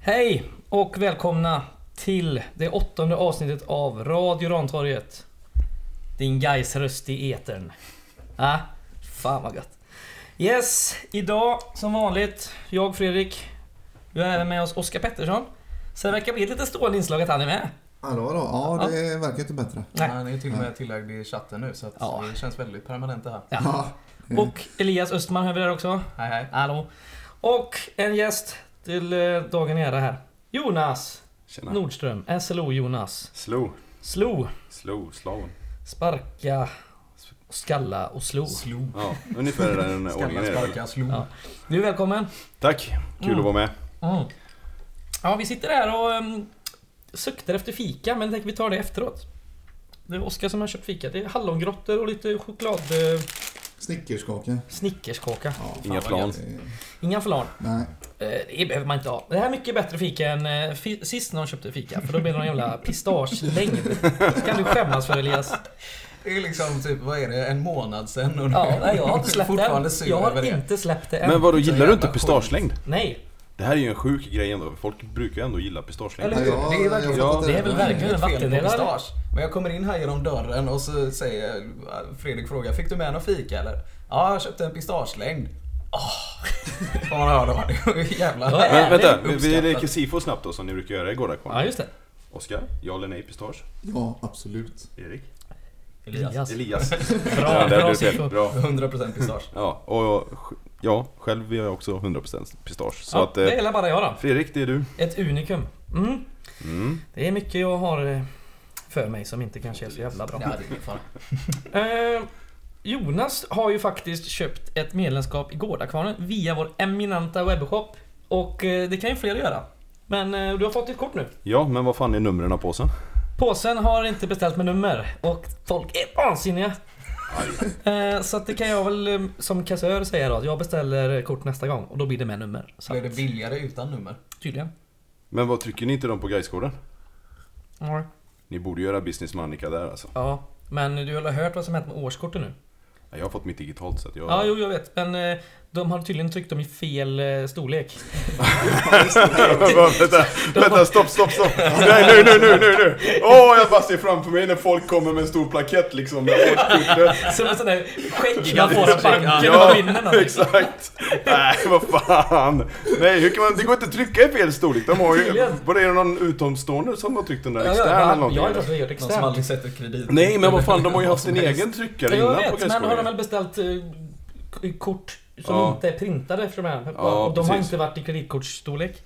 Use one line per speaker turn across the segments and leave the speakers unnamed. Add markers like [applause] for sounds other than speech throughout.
Hej och välkomna till det åttonde avsnittet av Radio Rantorget. Din guys röst i etern. Ah, fan vad gött. Yes, idag som vanligt, jag Fredrik. Vi har även med oss Oskar Pettersson. Så det verkar bli ett lite stående inslag att han är med.
Hallå, hallå. Ja, det verkar inte bättre.
Nej.
Nej. Han är till och med tillagd i chatten nu så att
Ja.
det känns väldigt permanent det här.
Ja. Och Elias Östman har vi där också.
Hej hej.
Hallå. Och en gäst till eh, dagen ära här. Jonas
Tjena.
Nordström, SLO Jonas.
Slow.
Slo.
Slow. Slow.
Sparka, skalla och slå.
Slog.
Ja, ungefär i den ordningen
Skallar,
är det väl.
sparkar, slog.
Oh. Ja. Du är välkommen.
Tack. Kul
Mm.
att vara med.
Ja, vi sitter här och um, suktar efter fika, men tänker vi tar det efteråt. Det är Oskar som har köpt fika. Det är hallongrottor och lite choklad... eh,
Snickerskaka.
Snickerskaka.
Ja.
Inga
vad
plan.
gött.
eh,
Inga flan.
Nej.
Eh, Det behöver man inte ha. Det här är mycket bättre fika än eh, fi- sist någon köpte fika. För då blir det någon jävla pistagelängd. Det kan du skämmas för Elias.
Det är liksom typ, vad är det, en månad sedan? Och nu-
Ja, nej, jag har inte släppt
Fortfarande
det
sur
än. Jag
över
har
det.
inte släppt det än.
Men vadå, gillar du inte
jävla
pistagelängd?
Nej.
Det här är ju en sjuk grej ändå. Folk brukar ju ändå gilla
Eller
pistagelängd.
Ja, jag,
hur? Det är verkligen-
jag fattar
det är väl
Nej.
verkligen-
Inget Mm. fel på
vattendelare.
pistage. Men jag kommer in här genom dörren och så säger Fredrik frågar, fick du med någon fika eller? Ja, jag köpte en pistagelängd. Åh! [laughs] Får man höra då. Det är ju
Ja,
jävla...
Men vänta, vi- vi
Uppskattat.
leker sifo snabbt då som ni brukar göra i
Ja,
Gårdakvarn.
just det.
Oskar, ja eller nej pistage?
Ja, absolut.
Erik?
Elias.
Elias? Ja,
Alltså, Bra,
där
bra
du fel.
siffror.
Bra.
100% pistage.
[laughs]
Ja, och ja, själv gör jag också 100% pistage. Så
ja,
att...
det
Eh,
gillar bara jag då.
Fredrik, det är du.
Ett unikum. Mm.
Mm.
Det är mycket jag har eh, för mig som inte kanske är så jävla bra.
Ja, det är ingen fara.
Eh, Jonas har ju faktiskt köpt ett medlemskap i Gårdakvarnen via vår eminenta webbshop. Och eh, det kan ju fler göra. Men eh, du har fått ditt kort nu.
Ja, men vad fan är numren på sen?
Påsen har inte beställt med nummer och folk är vansinniga. Eh, Så att det kan jag väl eh, som kassör säga då. att Jag beställer kort nästa gång och då blir det med nummer. Så
Blev det
att,
billigare utan nummer?
tydligen.
Men vad trycker ni inte dem på Gaisgården?
Ja.
Ni borde göra business med Annika där alltså.
Ja, men du har väl hört vad som hänt med årskorten nu?
Ja, Jag har fått mitt digitalt så att jag... [laughs]
Ja, jo, jag vet. Men eh, de har tydligen tryckt dem i fel eh, storlek. [laughs]
vänta, vänta, stopp, stopp, stopp! Nej, nu, nu, nu, nu, nu! Åh, jag bara ser framför mig när folk kommer med en stor plakett liksom med
[laughs]
årskortet.
Som en sån där skägg man får av banken när man
Ja,
vinner någonting.
exakt! Nej, vad fan! Nej, hur kan man... Det går inte att trycka i fel storlek. De har ju...
Tydligen.
Var det någon utomstående som har tryckt den där
Ja, ja,
extern
va?
eller
Jag har
någonting?
ju
eller?
faktiskt gjort
Någon som
externt.
aldrig sätter kredit.
Nej, men vad fan, de har ju haft en egen tryckare
Jag
innan på
vet, men har de
Gaisgården.
väl beställt eh, k- kort som
Ja.
inte är printade efter de här?
Ja,
och de har
precis.
inte varit i kreditkortsstorlek.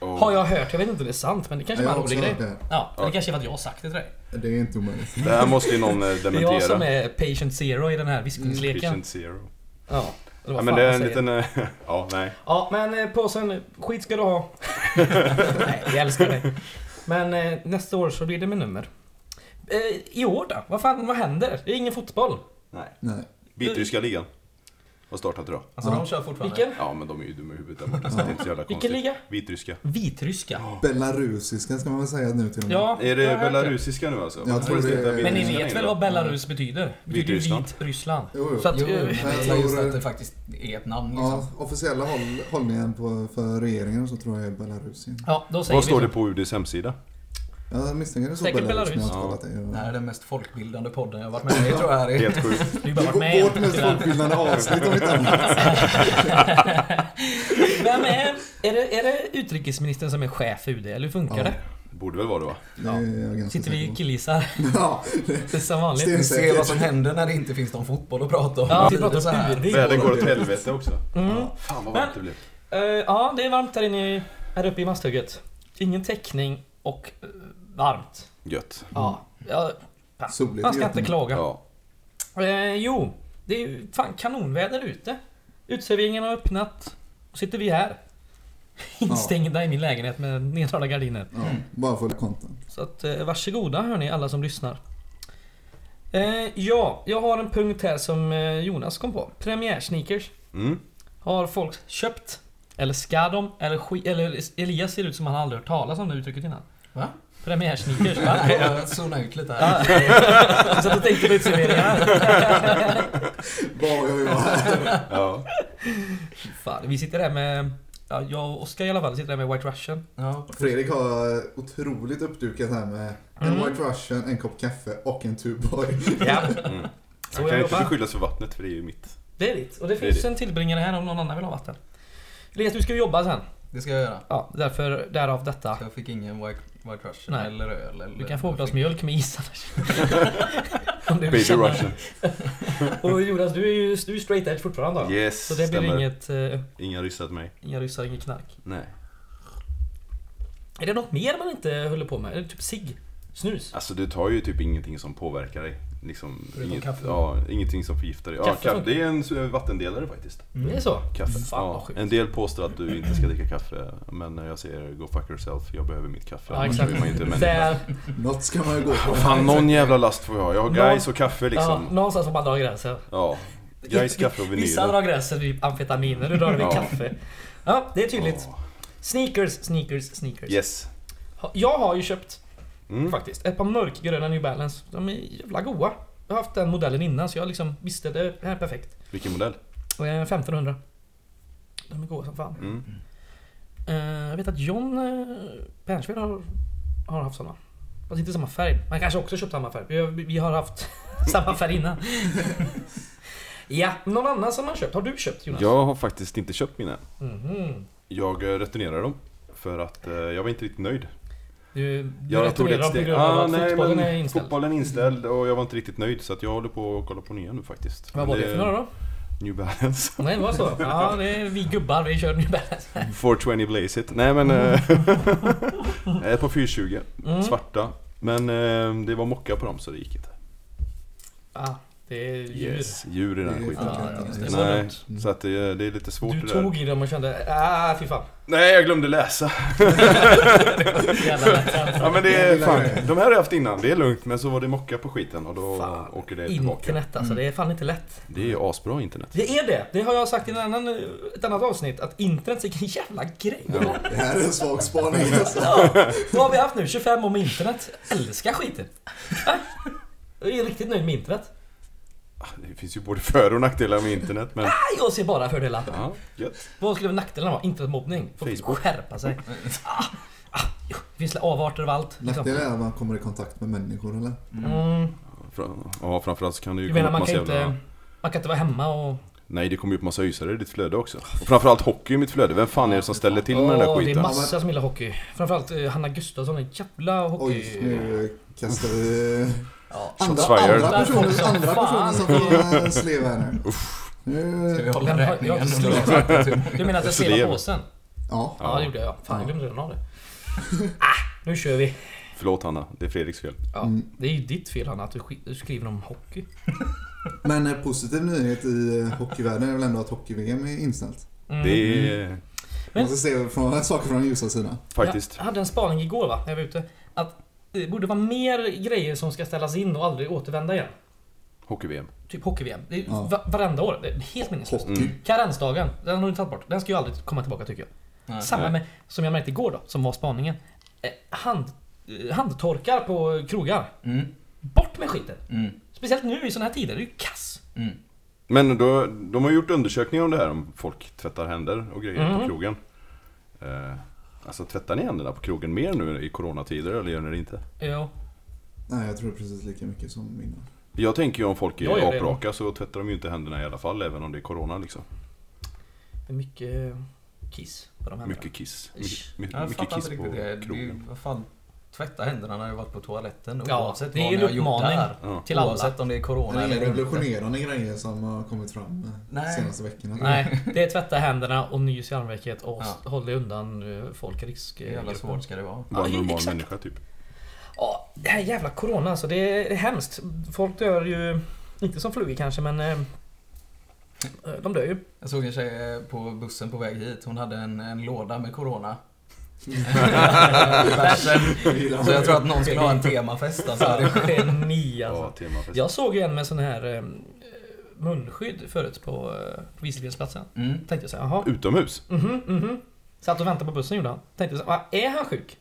Ja.
Har jag hört, jag vet inte om det är sant, men det kanske
Jag
var en
har
rolig
också
grej.
hört det.
Ja, det kanske var att jag har sagt det till dig.
Det är inte omöjligt.
Det här måste ju någon eh,
Det är jag som
dementera.
är patient zero i den här viskningsleken.
Mm, Patient zero.
Ja, det var
Ja,
fan
men det
jag
är en
säger.
liten... eh, [laughs] Ja, nej.
Ja, men eh, påsen, skit ska du ha. Nej, jag älskar dig. Men eh, nästa år så blir det med nummer. Eh, I år då? Vad fan, vad händer? Det är ingen fotboll.
Nej.
Nej.
Vitryska ligan. Har startat idag.
Alltså de kör fortfarande.
Vilken?
Ja men de är ju dumma i huvudet där borta så det är inte så jävla konstigt.
Vilken liga?
Vitryska.
Vitryska.
Belarusiska ska man väl säga nu till och med.
Ja,
Är
jag
det
har hört
belarusiska nu alltså?
Jag tror
Finns
det-
inte
Men ni
Men ni
vitryska
vet väl
längre?
vad Belarus betyder? Det betyder ju
Vitryssland.
Vitryssland.
Jo, jo.
Så att,
Jo, jo,
eh,
men
jag
jag
tror-
just att det faktiskt är ett namn liksom.
Ja, officiella håll, hållningen på, för regeringen så tror jag är Belarusien.
Ja, då säger
Vad
vi
står
så.
det på
[laughs]
UDs hemsida?
Jag misstänker det så
Säkert
Belarus, men jag
Belarus.
har inte kollat det.
Det här är den mest folkbildande podden jag har varit med i tror jag. Det är.
Helt sjukt.
Du har
Det
bara varit med i
är vårt
en.
mest folkbildande avsnitt om inte annat.
Vem är... Är det, är det utrikesministern som är chef för UD, eller hur funkar
Ja.
det?
Borde väl vara det va?
Det är jag ganska
Sitter vi
säker
och
på.
killgissar? [laughs]
Ja,
Det är som vanligt.
Sten-
Vi ser vad som händer när det inte finns någon fotboll att prata om.
Ja, vi
Det blir så
pratar
här.
UD.
Världen går åt helvete också.
Mm.
Fan vad
Men-
varmt det blev.
Eh, ja, det är varmt här inne i, här uppe i Masthugget. Ingen täckning och eh, varmt.
Gött.
Ja, ja fan.
Soligt i
man ska inte
Göteborg.
klaga.
Ja.
Eh, jo, det är ju fan kanonväder ute. Uteserveringen har öppnat. Och sitter vi här. [laughs] Instängda i min lägenhet med neddragna gardiner.
ja, bara för content.
Så att eh, varsågoda hörni alla som lyssnar. Eh, ja, jag har en punkt här som eh, Jonas kom på. Premiärsneakers.
Mm.
Har folk köpt? Eller ska de? Eller, sk- eller Elias ser ut som han aldrig hört talas om det uttrycket innan.
Va?
Premiärsneakers
[laughs]
va?
Nej, Jag zonar ut lite här.
Ja. Så att jag tänkte på uteserveringar. [laughs]
Vad jag gör.
Ja.
Fan, vi sitter här med ja, jag och Oskar i alla fall sitter där med White Russian.
Ja.
Fredrik har otroligt uppdukat här med en
Mm.
White Russian, en kopp kaffe och en Tuborg. [laughs]
Ja,
Mm.
så
Jag
jag
kan inte
jobbar.
beskyllas för vattnet för det är ju mitt.
Det är ditt. Och det
Det är
finns
ditt.
en tillbringare här om någon annan vill ha vatten. Elias, du ska ju jobba sen.
Det ska jag göra.
Ja, därför, därav detta.
Så jag fick ingen White, white Russian
Nej.
eller öl. Eller
Du kan få
jag
ett glas
fick-
mjölk med is annars.
[laughs]
Om du
Baby
vill känna.
Russian.
Och Jonas, du är ju du är straight edge fortfarande då.
Yes,
Så det blir
stämmer.
inget, eh,
Inga ryssar till mig.
inga ryssar, inget knark.
Nej.
Är det något mer man inte håller på med? Är det typ cigg? Snus?
Alltså du tar ju typ ingenting som påverkar dig. Liksom,
Förutom kaffe.
ja, ingenting som förgiftar dig. Ja,
Kaffe
kaffe,
funkar.
det är en s- vattendelare faktiskt.
Mm.
Det är så?
Kaffe.
Fan vad
ja,
sjukt.
en del påstår att du inte ska dricka kaffe, men eh, jag säger go fuck yourself, jag behöver mitt kaffe.
Ja,
annars
exakt.
är man ju inte en människa.
Där,
Något ska man ju gå på.
Vad Fan, någon jävla last får jag ha. Jag har
Någon-
guys och kaffe
ja,
[laughs] liksom.
någonstans får man dra gränsen.
Ja. Guys, kaffe och
Vissa
vinyler.
drar gränsen vid amfetaminer, du drar vid
Ja.
kaffe. Ja, det är tydligt.
Ja.
Sneakers, sneakers, sneakers.
Yes.
Ha- Jag har ju köpt
Mm.
faktiskt ett par mörkgröna New Balance. De är jävla goa. Jag har haft den modellen innan så jag liksom visste det här är perfekt.
Vilken modell?
Och jag är 1500. De är goa som fan.
Mm.
Eh, jag vet att John uh, Pernsved har, har haft såna. Fast inte samma färg. Han kanske också köpt samma färg. Vi, har- vi har haft [laughs] samma färg innan. ja, någon annan som har köpt. Har du köpt Jonas?
Jag har faktiskt inte köpt mina.
Mhm.
Jag eh, returnerar dem. För att eh, jag var inte riktigt nöjd.
Du, du
Jag tog
returnerar dem på
ett steg.
grund av
Ah,
att
nej,
fotbollen
men
är inställd.
Fotbollen är inställd och jag var inte riktigt nöjd så att jag håller på att kolla på nya nu faktiskt.
Vad var det för några då?
New Balance. [laughs]
Nej, det var så. Ja, det är vi gubbar. Vi kör New Balance.
420 Blaze It. Nej men... eh, [laughs] Ett par 420.
Mm.
Svarta. Men eh, det var mocka på dem så det gick inte.
Ah, det är djur.
Yes. Djur i den här
Det är
skiten.
Ja, ja, det var
Nej,
dumt.
så att det, det är lite svårt
Du
det där.
tog i dem och kände ah fy
[laughs]
fan.
Nej, jag
[laughs]
glömde läsa.
Jävla lätt. alltså.
Ja men det
Jag
är
gillar det.
fan, de här har jag haft innan, det är lugnt men så var det mocka på skiten och då
Fan,
åker det tillbaka.
Internet alltså, det är fan inte lätt.
Det är ju asbra internet.
Det är det! Det har jag sagt i en annan, ett annat avsnitt, att internet är vilken jävla grej.
Ja.
Det här är en svag spaning alltså.
Ja, vad har vi haft nu? 25 år med internet. Jag älskar skiten. Ja. Jag är riktigt nöjd med internet.
Ah, Det finns ju både för och nackdelar med internet men...
Nej, Ah, Jag ser bara fördelar.
Ja, gött.
Vad skulle nackdelarna vara? Internetmobbning. Folk
Facebook.
får skärpa sig. Ah, ah, jo, det finns avarter av allt. Liksom.
Nackdelen är att man kommer i kontakt med människor eller?
Mm,
Fra- Ja, framförallt så kan det ju
du
komma
menar
upp
man
massa
kan,
jävla...
inte, man kan inte vara hemma och...
Nej, det kommer ju upp massa ysare i ditt flöde också. Och framförallt hockey i mitt flöde. Vem fan är det som ställer till med den där
Åh, det är
skiten?
massa som gillar hockey. Framförallt eh, Hanna Gustafsson, en jävla hockey...
Oj, nu kastar vi
Ja.
andra,
Shots fired.
andra
Där
personer,
kom-
andra personer som får eh, slev här nu.
Ska vi
nu.
hålla
Jag har-
räkningen?
jag har inte
under
skrivit. [laughs]
avsnittet, Simon?
Du menar att jag
Så
skrev
det är-
på påsen?
Ja,
Ja, det gjorde jag. Fan, jag glömde redan av det. Ah, nu kör vi.
Förlåt Hanna, det är Fredriks fel.
Ja, Det är ju ditt fel Hanna, att du, sk- du skriver om hockey.
men en positiv nyhet i eh, hockeyvärlden är väl ändå att hockey-VM är inställt.
Mm.
Det är
Men-
Man ska se från, saker från den ljusa sidan.
faktiskt...
Jag hade en spaning igår va, när jag var ute. Att det borde vara mer grejer som ska ställas in och aldrig återvända igen.
Hockey-VM.
Typ hockey-VM. Det är
Ja.
va- varenda år. Det är helt meningslöst.
Hockey.
Mm.
Karensdagen, den har du tagit bort. Den ska ju aldrig komma tillbaka tycker jag.
Nej.
Samma
Nej.
med, som jag märkte igår då, som var spaningen. Eh, hand, eh, handtorkar på krogar.
Mm,
Bort med skiten!
mm,
Speciellt nu i såna här tider, det är ju kass.
mm.
Men då, de har gjort undersökningar om det här, om folk tvättar händer och grejer på
Mm.
krogen. Eh, alltså tvättar ni händerna på krogen mer nu i coronatider eller gör ni det inte?
Ja.
Nej, jag tror precis lika mycket som innan.
Jag tänker ju om folk
Jag gör
är
det.
apraka så tvättar de ju inte händerna i alla fall, även om det är corona liksom.
Det är mycket eh, kiss på de här
Mycket kiss.
Ish.
My, my,
Jag
mycket
fattar
kiss
inte
på
riktigt det. det. är ju-
krogen.
Vad fan. Tvätta händerna när jag varit på toaletten
Ja,
oavsett
det är
vad
en
ni har gjort
utmaning.
där.
Ja.
Till alla.
Oavsett om det är
Det
corona
är inga
eller inte.
revolutionerande grejer som har kommit fram eh,
Nej.
senaste veckorna.
Nej, det är tvätta händerna och nys i armvecket och s-
Mm. Ja.
håll dig undan eh, folk i risk.
Hur jävla svårt ska det vara?
Bara en
Ja,
normal
exakt.
människa typ.
Ja, det här jävla corona alltså. Det är hemskt. Folk dör ju, inte som flugor kanske men... eh, De dör ju.
Jag såg en tjej eh, på bussen på väg hit. Hon hade en, en låda med corona. Bärsen.
Jag gillar
så jag tror att någon skulle ha en temafest alltså.
Geni
Ja,
alltså.
temafest.
Jag såg ju en med sån här eh, munskydd förut på eh, på Visselvedsplatsen.
Mm.
Tänkte jag såhär, jaha.
Utomhus?
Mhm, mhm. Satt och väntade på bussen gjorde han. Tänkte så här, "Va, är han sjuk?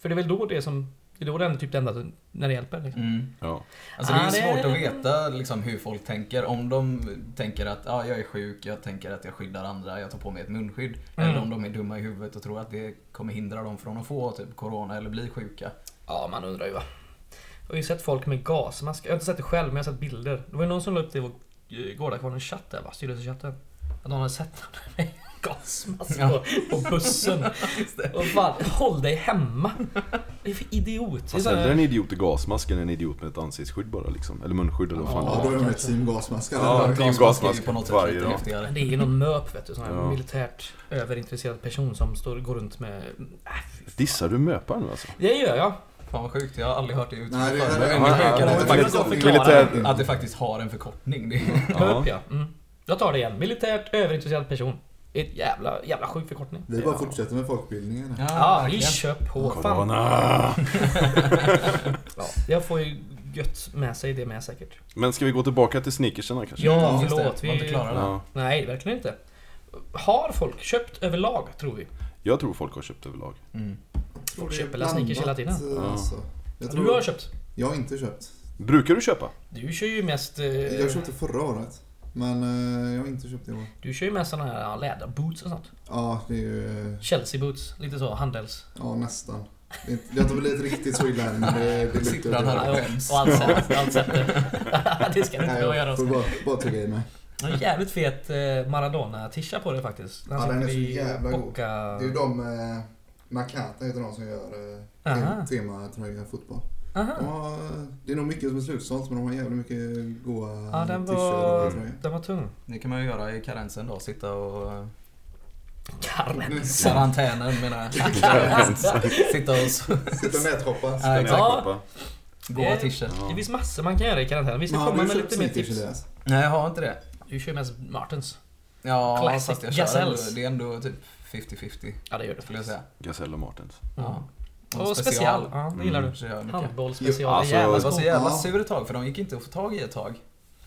För det är väl då det som Det är då den typ det enda när det hjälper. Liksom.
Mm.
Ja.
Alltså det är
Ah,
ju
det-
svårt att veta liksom, hur folk tänker. Om de tänker att ah, jag är sjuk, jag tänker att jag skyddar andra, jag tar på mig ett munskydd.
Mm.
Eller om de är dumma i huvudet och tror att det kommer hindra dem från att få typ, corona eller bli sjuka.
Ja, man undrar ju va. Jag har ju sett folk med gasmask. Jag har inte sett det själv, men jag har sett bilder. Det var ju någon som la upp det i vår eh, Gårdakvarnens chatt där va? Styrelsechatten. Att någon hade sett någon med [laughs] gasmask
Ja.
på, på
[laughs]
bussen. Och fan, håll dig hemma! Det är för idiot. Alltså, Det är
Fast
så här-
hellre en idiot i gasmasken än en idiot med ett ansiktsskydd bara liksom. Eller munskydd eller vad fan
Ja,
det
då
var.
är de ett team gasmaskar.
Ja,
eller?
team gasmask
är ju på något sätt
varje
lite
dag.
Men
häftigare.
Det är ju någon MÖP vet du, sån här
Ja.
militärt överintresserad person som står, går runt med... Äh, fy-
Dissar du möpar nu alltså?
det gör jag.
Fan vad sjukt, jag har aldrig hört det uttryckt
Nej, det-
förut.
det-
Det är ännu
ja,
sjukare
ja,
att det
ja,
faktiskt-
ja,
Militär-
militär-
Att det faktiskt har en förkortning. Det är...
MÖP ja. Mm. Jag tar det igen. Militärt överintresserad person. Ett jävla, jävla sjuk förkortning.
Vi bara fortsätter med folkbildningen.
Ja,
Ja, vi
verkligen.
kör på. Fan.
Corona!
Ja, jag får ju gött med sig det med säkert.
Men ska vi gå tillbaka till sneakersarna kanske?
Ja,
Just det,
förlåt.
man inte
Vi...
klarar det.
Ja.
Nej, verkligen inte. Har folk köpt överlag, tror vi?
Jag tror folk har köpt överlag.
Mm.
Folk köper la sneakers hela tiden.
Blandat, eh, Alltså. Jag,
Du har
tror,
köpt.
jag har inte köpt.
Brukar du köpa?
Du kör ju mest... eh,
Jag köpte förra året. Men eh, jag har inte köpt i år.
Du kör ju mest såna här ja, läderboots och sånt.
Ja, det är ju... eh,
Chelsea boots, lite så handels.
Ja, nästan. Det är inte- Jag har inte blivit riktigt så illa än, men det, det är lite...
Sitter han här och
Ja,
skäms.
Och allt sätt, allt sätt. [laughs] Det ska du inte
Nej,
behöva göra.
jag
Oskar.
får bara, bara tugga i mig.
Jag har en jävligt fet eh, Maradona-tisha på dig faktiskt.
Ja, den är så jävla god.
Boca...
Det är ju de... Eh, Nakata heter de som gör eh,
Aha.
te- tematröja fotboll. De
Aha.
har, det är nog mycket som är slutsålt, men de har jävligt mycket goa
Ja, den
t-shirtar
var,
och tröjor.
den var tung.
Det kan man ju göra i karensen då, sitta och... eh,
Karensen.
Karantänen menar jag. Sitta och så-
Sitta och nätshoppa.
Ja, exakt.
Nätshoppa.
Goa t-shirts.
Det finns massor man kan göra i karantän. Vi ska
Men har
komma
du
med
köpt
lite mer
sneakers,
tips.
Elias?
Nej, jag har inte det.
Du kör mest Martens.
Ja,
Classic
fast jag kör
Gazelles.
ändå, det är ändå typ 50-50
Ja, det gör du
skulle
faktiskt.
jag säga.
Gasell och Martens.
Ja.
Och
Och special. Ja, det gillar du.
Så jag mycket.
Handboll special.
Alltså,
jävla
Jag
skor.
var så jävla
Ja.
sur ett tag för de gick inte att få tag i ett tag.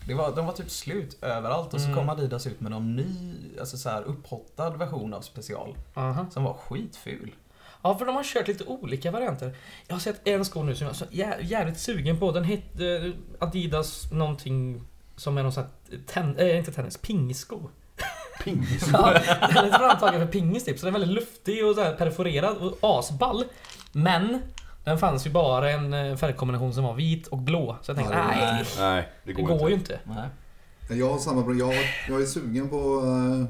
Det var, de var typ slut överallt och så
Mm.
kom Adidas ut med någon ny, alltså så här upphottad version av special.
Aha.
Som var skitful.
Ja, för de har kört lite olika varianter. Jag har sett en sko nu som jag är så jä- jävligt sugen på. Den hette eh, Adidas någonting som är någon sån här ten, eh, inte tennis, pingissko.
Pingis.
[laughs] Ja, den är framtagen för pingis typ, så den är väldigt luftig och så här perforerad och asball. Men den fanns ju bara en eh, färgkombination som var vit och blå. Så jag tänkte,
Ja, det
nej,
Nej.
Nej, det
det
går,
går
inte.
ju inte.
Nej.
Jag har samma problem. Jag, jag är sugen på uh,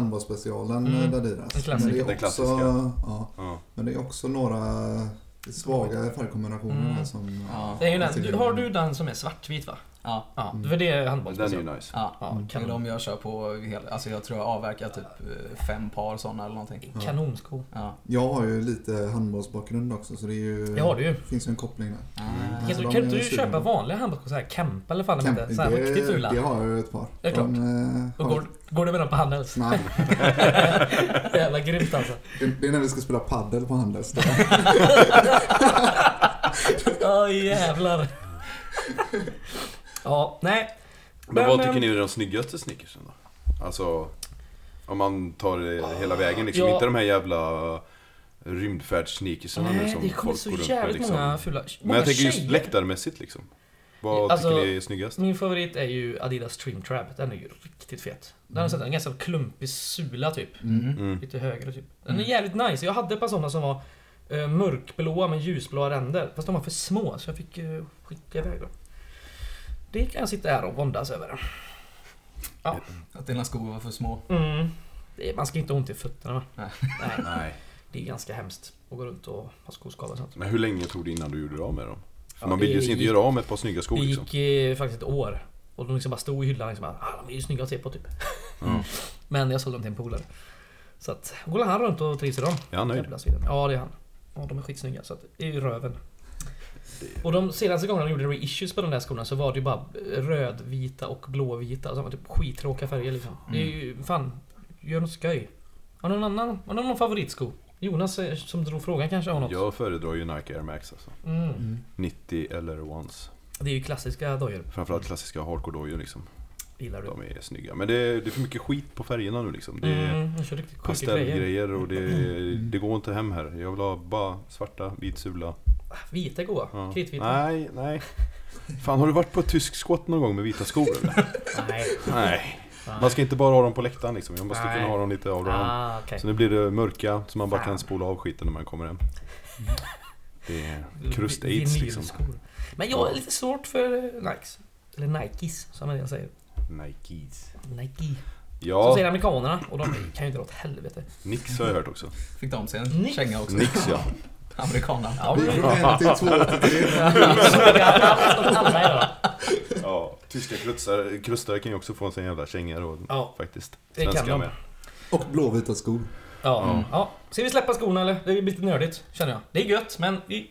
handbollsspecialen
Mm.
mm. Adidas.
En klassiker.
Men det är
Den
också,
klassiska.
ja,
Ja.
men det är också några svaga färgkombinationer
Mm.
här som...
Ja.
Det är ju den. Du, har du den som är svartvit va?
Ja.
Ja, för det är handboll.
Men Den är ju nice.
Ja.
Ja,
Mm.
Det är
kanon,
de jag kör på hela, alltså jag tror jag avverkar typ eh, fem par sådana eller någonting.
kanonsko.
Ja.
Jag har ju lite handbollsbakgrund också så det är ju...
Det har du ju.
finns ju en koppling där.
Ah.
Kan, du,
Alltså, de
kan
är
inte du
sugen
köpa
på-
vanliga handbollsskor? Såhär Kempa eller fan de heter?
Camp-
Såhär
det-
riktigt fula.
Det har jag ett par.
Det är klart.
De, eh,
Och
har-
går, går du med dem på Handels?
Nej,
[laughs] Jävla grymt alltså.
[laughs] det, det är när vi ska spela paddel på Handels. Där.
Åh jävlar. Ja, nej.
Men vad
Men,
tycker
men-
ni är de snyggaste sneakersen då? Alltså, om man tar det hela vägen liksom.
Ja.
Inte de här jävla rymdfärdssneakersarna nu
Nej,
som
det kommer
folk
så
går runt med
jävligt
liksom.
många fula...
Men
många
jag tänker just
tjejer.
läktarmässigt liksom. Vad
Alltså-
tycker ni är snyggast?
Min favorit är ju Adidas Dream Trap. Den är ju riktigt fet. Den har sett en ganska klumpig sula typ.
Mm.
Mm.
Lite högre typ. Den är jävligt nice. Jag hade ett par sådana som var eh, mörkblåa med ljusblåa ränder. Fast de var för små så jag fick eh, skicka iväg dem. Det kan jag sitta här och våndas över.
Att dina skor var för små.
Mm. Det, man ska inte ha ont i fötterna va?
Nej.
Nej.
Nej.
Det är ganska hemskt att gå runt och ha skoskav och sånt.
Men hur länge tog det innan du gjorde av med dem?
Ja,
För man vill ju
det
inte
gick-
göra av med ett par snygga skor
Det
liksom.
gick eh, faktiskt ett år. Och de liksom bara stod i hyllan liksom bara, ah, de är ju snygga att se på typ.
Ja.
[laughs] Men jag sålde dem till en polare. Så att, går han runt och trivs i dem.
Är han nöjd?
Jävla svinen. Ja det är han. Ja, de är skitsnygga så att, det är ju röven. Och de senaste gångerna de gjorde reissues på de där skorna så var det ju bara rödvita och blåvita. Alltså, de var typ skittråkiga färger liksom. Det är ju, fan, gör något skoj. Har någon annan, har någon favoritsko? Jonas eh, som drog frågan kanske har något?
Jag föredrar ju Nike Air Max alltså.
[laughs] Mm.
90 eller Ones.
Det är ju klassiska dojor.
Framförallt klassiska hardcore dojor liksom.
Gillar du?
De är snygga. Men det, det är för mycket skit på färgerna nu liksom. Det är
Mm, de kör riktigt sjuka grejer. Mm.
pastellgrejer och det, det går inte hem här. Jag vill ha bara svarta, vit sula,
Vita är goa.
Ja.
Kritvita.
Nej, nej. Fan, har du varit på ett tysk skott någon gång med vita skor
[laughs]
eller?
Nej.
Nej.
Nej.
Man ska inte bara ha dem på läktaren liksom. Man måste
Nej.
kunna ha dem lite av dem.
Ah, okej.
Så nu blir det mörka, så man bara
Fan.
kan spola av skiten när man kommer hem. Det är krust aids liksom.
Vinylskor. Men jag är lite svårt för eh, Nikes. Eller Nikes som en del säger.
Nikes.
Nike. Så
Ja,
säger amerikanerna och de kan ju dra åt
[laughs]
helvete.
Nix har jag
[laughs]
hört också.
Fick de sig en
Nix.
känga också?
Nix ja.
Amerikanerna.
Ja,
Vi
men
går hem till
[laughs]
283.
alla är det då.
ja. Tyska krustare, krustare kan ju också få en sån jävla känga då.
Ja,
Faktiskt.
Det kan
Svenska
de.
med.
Och blåvita skor.
ja,
Mm.
ja. Ska vi släppa skorna eller? Det blir lite nördigt känner jag. Det är gött men vi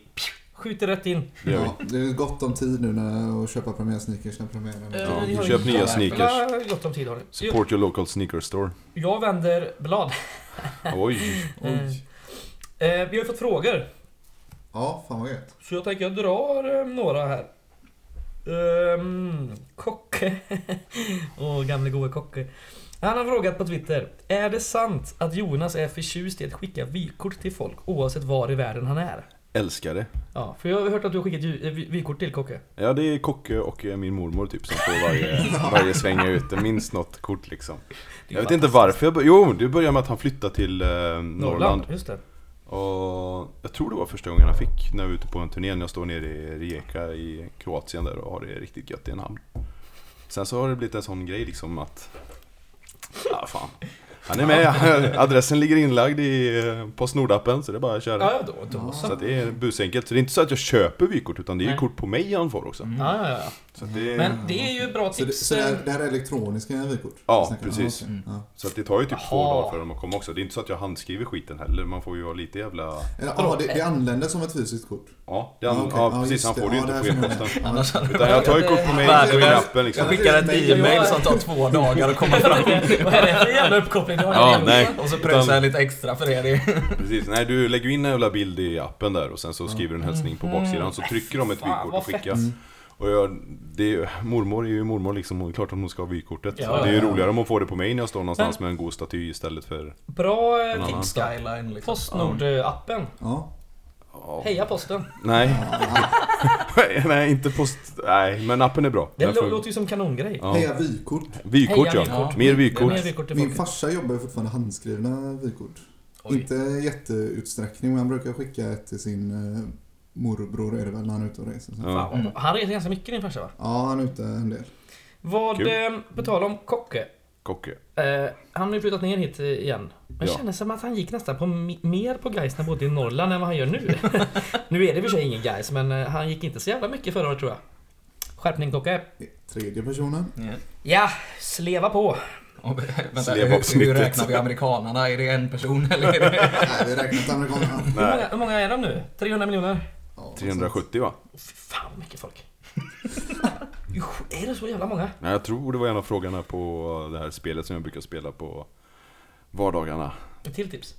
skjuter rätt in.
Det gör vi.
Ja, det är gott om tid nu när att köpa premiärsneakers när premiären är.
Ja,
Eh, ni har
köp
ju
nya
jävla
sneakers.
Gott om tid har ni.
Support your local
[laughs]
sneaker store.
Jag vänder blad.
Oj.
Oj.
Eh, vi har ju fått frågor.
Ja, fan vad gött.
Så jag tänker jag drar eh, några här. Ehm, kocke. [laughs] Åh, gamle gode Kocke. Han har frågat på Twitter. Är det sant att Jonas är förtjust i att skicka vykort till folk oavsett var i världen han är?
Älskar det.
Ja, för jag har hört att du har skickat ju- eh, vy- vykort till Kocke.
Ja, det är Kocke och eh, min mormor typ som
[laughs]
får varje, varje sväng jag är ute, minst något kort liksom.
Det är
Jag vet inte
fantastiskt.
varför jag bör- Jo, det började med att han flyttade till eh, Norrland.
Just det.
Och jag tror det var första gången han fick när jag var ute på en turné. när Jag står nere i Rijeka i Kroatien där och har det riktigt gött i en hamn. Sen så har det blivit en sån grej liksom att... Ja, fan. Han
[laughs]
är med, adressen ligger inlagd i eh, Postnord-appen så det är bara att köra.
Ja, då, då så.
Så att det är busenkelt. Så det är inte så att jag köper vykort utan det är ju
Nej.
kort på mig han får också.
Ja, ja, ja.
Så att det,
Men det är ju bra
Så det,
tips.
så
[laughs]
det, här, det här är elektroniska vykort?
Ja,
Vi snackar om.
precis.
Ja, okej.
Mm.
Ja.
så att det tar ju typ två
Jaha.
dagar för dem att komma också. Det är inte så att jag handskriver skiten heller. Man får ju ha lite jävla...
Eller, ja, det, det anländer som ett fysiskt kort.
Ja, det är...
Ja, okej.
ja
Ja,
precis.
just
han
det.
får det ju
Ja,
inte på
det här känner jag.
e-posten.
Annars hade det
Utan jag tar ju kort på mig och så är det appen liksom.
Jag skickar ett e-mail som tar två dagar att komma fram.
Vad är det för jävla uppkoppling du har?
Ja, nej.
Och så pröjsar jag lite extra för det. det. är-
Precis. Nej, du lägger ju in en jävla bild i appen där och sen så skriver du en hälsning på baksidan. Så trycker de ett
Mm. Fan,
vykort
vad
och skickas. Och jag, det är, ju- mormor är ju mormor liksom, och det är klart att hon ska ha vykortet.
Ja,
det är ju
ja, ja.
roligare om hon får det på mig när jag står någonstans med en god staty istället för...
Bra eh,
annan.
tips då.
Skyline liksom.
Postnord-appen.
Ja.
Heja posten.
Nej. [laughs] nej, inte post... Nej, men appen är bra.
Det
Den får-
låter ju som kanongrej.
Ja.
Heja vykort.
Vykort
Heja,
ja.
vykort.
Mer
Det är
vykort.
mer vykort till
Min
folk.
farsa jobbar ju fortfarande handskrivna vykort.
Oj.
Inte jätteutsträckning, men han brukar skicka ett till sin eh, morbror är det väl när han är ute och reser. Ja.
Ja.
Fan, vad bra. Han reser ganska mycket din farsa va?
ja, han är ute en del.
Vad,
Kul.
eh, på tal om Kocke.
Kocke.
Eh, han har ju flyttat ner hit eh, igen. Men
Ja.
kändes som att han gick nästan på mi- mer på Gais när han bodde i Norrland än vad han gör nu. [laughs] nu är det i och för sig ingen Gais men eh, han gick inte så jävla mycket förra året tror jag. Skärpning Kocke. [laughs]
Tredje personen.
Ja.
Ja, sleva på.
Och, vänta,
Slev
hur, hur
avsnittet.
räknar vi amerikanarna? Är det en [laughs] person eller är det...
Nej, vi räknar inte amerikanerna.
Hur många, hur många är de nu? 300 miljoner?
Ja,
370 va?
Åh, Fy fan vad mycket [laughs] folk. Usch, är det så jävla många?
Nej, jag tror det var en av frågorna på det här spelet som jag brukar spela på vardagarna.
Ett till tips.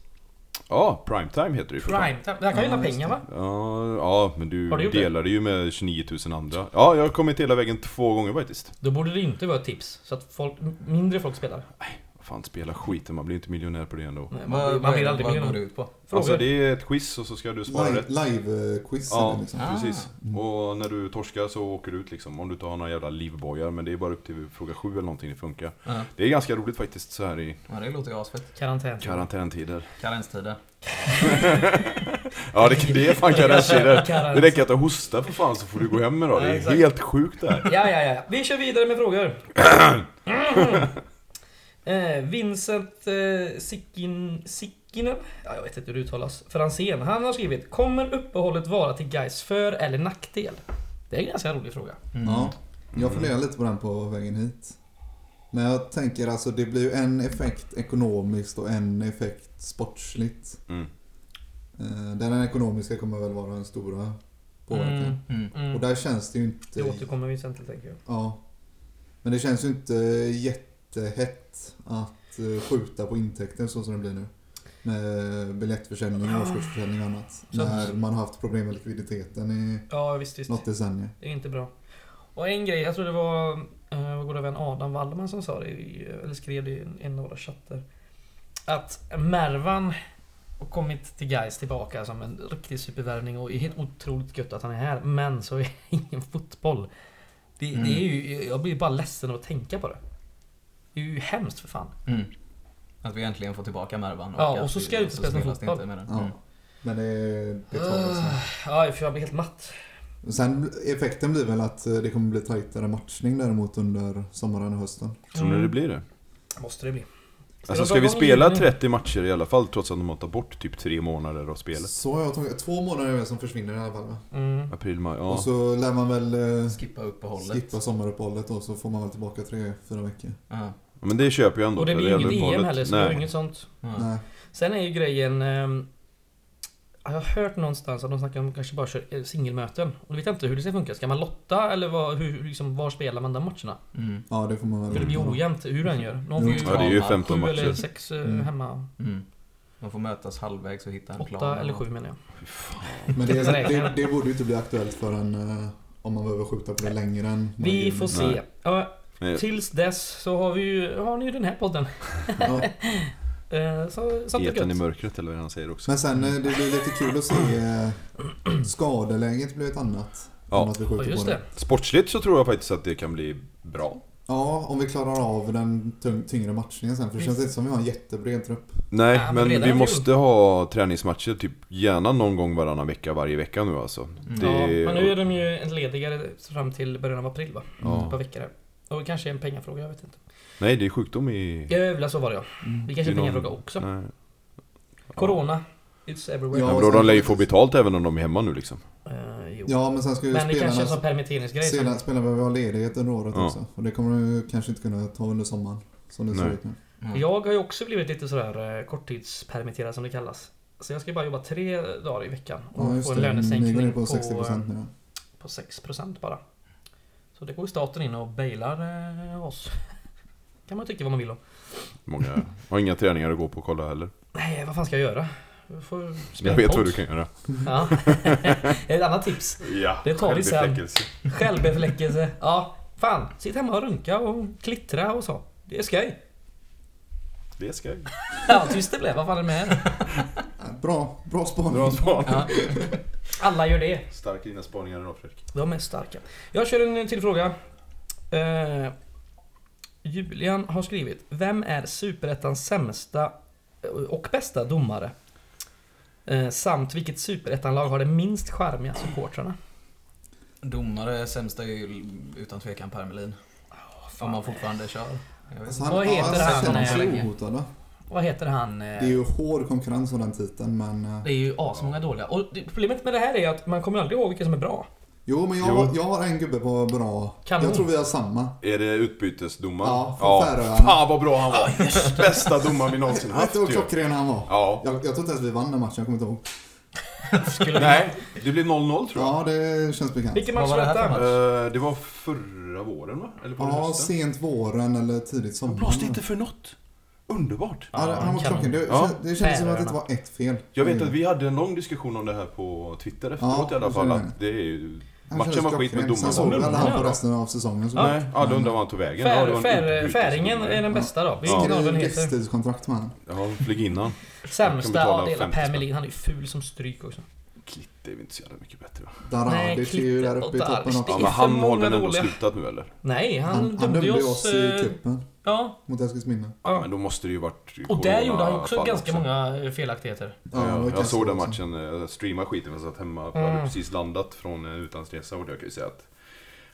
Ja, Primetime heter det ju för fan.
Prime. Det här kan ju
Ja,
ja,
just
pengar va?
Ja, ja, men du
Har du gjort det?
delade ju med 29 000 andra. Ja, jag har kommit hela vägen två gånger faktiskt.
Då borde det inte vara ett tips. Så att folk, m- mindre folk spelar.
Vad Fan, spela skiten, man blir inte miljonär på det ändå.
Nej, Man,
Vad,
blir-
vad,
man blir aldrig
vad går det
miljonär.
ut på?
Frågor?
Alltså det är ett quiz och så ska du svara
Live-
rätt.
Live-quiz
Ja,
eller liksom.
precis.
Mm.
Och när du torskar så åker du ut liksom. Om du inte har några jävla livbojar, men det är bara upp till fråga 7 eller någonting det funkar.
Ja.
Det är ganska roligt faktiskt så här i
Ja, det låter ju asfett.
Karantän.
karantäntider.
Karantänstider.
Ja, det, det är
[laughs]
fan karantäntider. Det
Karantän.
räcker att du hostar för fan så får du gå hem idag. Det
Ja,
är
exakt.
helt sjukt det här.
Ja, ja, ja. Vi kör vidare med frågor. Mhm. Eh, Vincent eh, Sickin, Sickinen, ja, jag vet inte hur det uttalas, Franzén, han har skrivit Kommer uppehållet vara till Gais för eller nackdel? Det är en ganska rolig fråga.
Mm.
Ja,
Mm.
jag funderar lite på den på vägen hit. Men jag tänker alltså det blir ju en effekt ekonomiskt och en effekt sportsligt.
Mm.
Eh, där den ekonomiska kommer väl vara den stora påverkan.
Mm,
Mm.
mm.
Och där känns det ju inte...
Det återkommer vi sen till tänker jag.
Ja. Men det känns ju inte jättehett att eh, skjuta på intäkter så som det blir nu. Med biljettförsäljning, årskortsförsäljning och annat.
Ah. Så-
När man har haft problem med likviditeten i
Ja, visst, visst.
något decennium.
Det är inte bra. Och en grej, jag tror det var eh, vår goda vän Adam Wallman som sa det, i- eller skrev det i en- en av våra chatter. Att Mervan Och kommit till Gais tillbaka som en riktig supervärvning och är helt otroligt gött att han är här. Men så är [laughs] det ingen fotboll. Det,
Mm.
det är ju, jag blir bara ledsen av att tänka på det. Det är ju hemskt för fan.
Mm. Att vi äntligen får tillbaka Mervan.
Ja,
att
och så
vi-
ska det inte
så
spelas någon
spelas det
fotboll.
inte med den.
Ja.
Mm.
Men det, det tar väl snart.
Ja, för jag blir helt matt.
Och Sen effekten blir väl att eh, det kommer bli tajtare matchning däremot under sommaren och hösten.
Tror ni det blir det?
Måste det bli.
Alltså
Mm. de
ska
dra
vi
igång
spela
juni?
30 matcher i alla fall trots att de har tagit bort typ tre månader av spelet?
Så har jag tagit. Två månader är det som försvinner i alla fall va?
Mm.
April, maj,
Och
ja.
så lär man väl eh,
Skippa uppehållet.
skippa sommaruppehållet och så får man väl tillbaka tre, fyra veckor.
Ja.
Ja, Men det köper jag ändå.
Och det
för
blir
gäller
inget EM
uppehållet.
heller, så det
Nej.
är inget sånt.
Ja.
Nej.
Sen är ju grejen... ehm, jag har hört någonstans att de snackar om kanske bara kör eh, singelmöten. Och då vet jag inte hur det ska funka. Ska man lotta eller vad, hur, liksom, var spelar man de matcherna?
Mm.
Ja, det får man väl.
För det blir ojämnt hur den gör. Någon får
Jo.
ju
Mm. Ja, det är ju 15
sju eller
matcher.
sex eh,
Mm.
hemma.
Mm. Man får mötas halvvägs och hitta en plan.
Åtta eller sju menar jag.
Fy fan.
Men det,
Nej.
det, det borde ju inte bli aktuellt förrän eh, om man behöver skjuta på det längre än...
Vi får se.
Nej.
Ja,
Nej.
tills dess så har vi ju, har ni ju den här podden.
Ja.
Eh, så, så att det
Eten E i
är gött.
mörkret eller vad han säger också.
Men sen eh, det blir lite kul att se... eh, Skadeläget blir ett annat.
Ja.
om att vi skjuter
Ja,
på
just det.
Sportsligt så tror jag faktiskt att det kan bli bra.
Ja, om vi klarar av den tung- tyngre matchningen sen. För det känns inte som vi har en jättebred trupp.
Nej,
Ja, men
men,
redan i
vi
fjol.
måste ha träningsmatcher typ gärna någon gång varannan vecka varje vecka nu alltså.
Mm.
Det,
Ja, men nu är de ju entledigade fram till början av april va?
Ja.
Ett par veckor här. Och det kanske är en pengafråga, jag vet inte.
Nej, det är sjukdom i...
Jävlar så var det ja. Det kanske är en
Mm. Det är någon-
pengafråga också.
Nej.
Corona. It's everywhere.
Ja,
Ja,
men då
och
de
sen-
lär ju få betalt även om de är hemma nu liksom.
Eh, jo.
Ja, men sen ska ju
men det
spelarna...
kanske är en sån permitteringsgrej. Som,
Spelarna, spelarna behöver ha ledighet under året
Ja.
också. Och det kommer du kanske inte kunna ta under sommaren. Som det ser
Nej.
ut nu.
Mm.
jag har ju också blivit lite sådär eh, korttidspermitterad som det kallas. Så jag ska bara jobba tre dagar i veckan och få en
Ni går ner
lönesänkning
på
på,
60%
eh,
nu.
på 6% bara. Så det går ju staten in och bailar eh, oss. [laughs] kan man tycka vad man vill om.
Många [laughs] har inga träningar att gå på och kolla heller.
Nej, vad fan ska jag göra? Jag får spela
Jag vet
podd.
vad du kan göra.
Ja. [laughs] Ett annat tips.
Ja,
Det tar vi sen. Självbefläckelse. Ja, fan. Sitt hemma och runka och klittra och så. Det är skoj.
Det ska [laughs] jag.
Ja, tyst det blev. Vad fan är det med
Ja, Bra, bra spaning.
Bra spaning.
Ja.
Alla gör det.
Starka dina spaningar idag Fredrik.
De är starka. Jag kör en till fråga. Eh, Julian har skrivit. Vem är superettans sämsta eh, och bästa domare? Eh, samt vilket superettanlag har de minst charmiga supportrarna?
Domare sämsta är ju utan tvekan Per Melin. Om man fortfarande kör. Jag vet
Alltså,
inte.
han,
Vad heter
ja,
han?
känner sig
Han är-
ohotad, va?
Vad heter han? eh,
Det är ju hård konkurrens om den titeln men... eh,
Det är ju asmånga dåliga. Och det- problemet med det här är att man kommer aldrig ihåg vilka som är bra.
Jo men jag,
Jo.
Har, jag har en gubbe på bra...
Kanon.
Jag tror vi har samma.
Är det utbytesdomaren?
Ja, från Färöarna.
Fan vad bra han var! Bästa domaren vi någonsin
Vet
haft
du vad
ju.
klockren han var?
Ja.
Jag, jag tror inte ens vi vann den matchen, jag kommer inte ihåg.
Nej, det blev 0-0 tror jag.
Ja, det känns bekant.
Vilken
Vad
match
var
var
det här för
detta?
match?
Eh, det var förra våren va? Eller på den
Ja,
hösten?
sent våren eller tidigt
Han
sommar.
blåste inte för något. Underbart.
Ja, han var
Kanon.
klockren. Det,
Ja.
det kändes som att det
Färöarna.
inte var ett fel.
Jag vet att vi hade en lång diskussion om det här på Twitter efteråt
Ja,
i alla
det
fall.
känner
Att det är ju...
Han
Matchen
kändes
var skit, men
klockren. Sen
domaren
såg
var
vi alla
bra.
han på resten av säsongen. så-
Nej, ja, då undrar man tog vägen. Ja,
Fär,
det var Eh, en
fär,
utbytesdomare.
färingen är den bästa då. Vi
Ja.
vet inte
Det
vad
är
den
ju
heter.
livstidskontrakt med han.
Ja, flyg innan. kan
Sämsta
betala
av hela
50
Per
spänn.
Melin. Han är ju ful som stryk också.
Klitt är väl inte så jävla mycket bättre va?
Daradic är ju
Klitte
där uppe i
och
toppen
Darvish,
Ja,
är
också.
men
för
han
många
har väl ändå
dåliga.
slutat nu eller?
Nej, han,
Han, han dömde ju oss i
eh,
cupen
Ja.
mot Eskilsminne.
ja.
Men då måste det ju varit
Och där gjorde han ju också
coronafall
ganska många eh, felaktigheter.
det var
Ja, jag
kass
såg den
också.
matchen, eh, jag streamade skiten för jag satt hemma för jag hade
Mm.
precis landat från en utlandsresa och jag kan ju säga att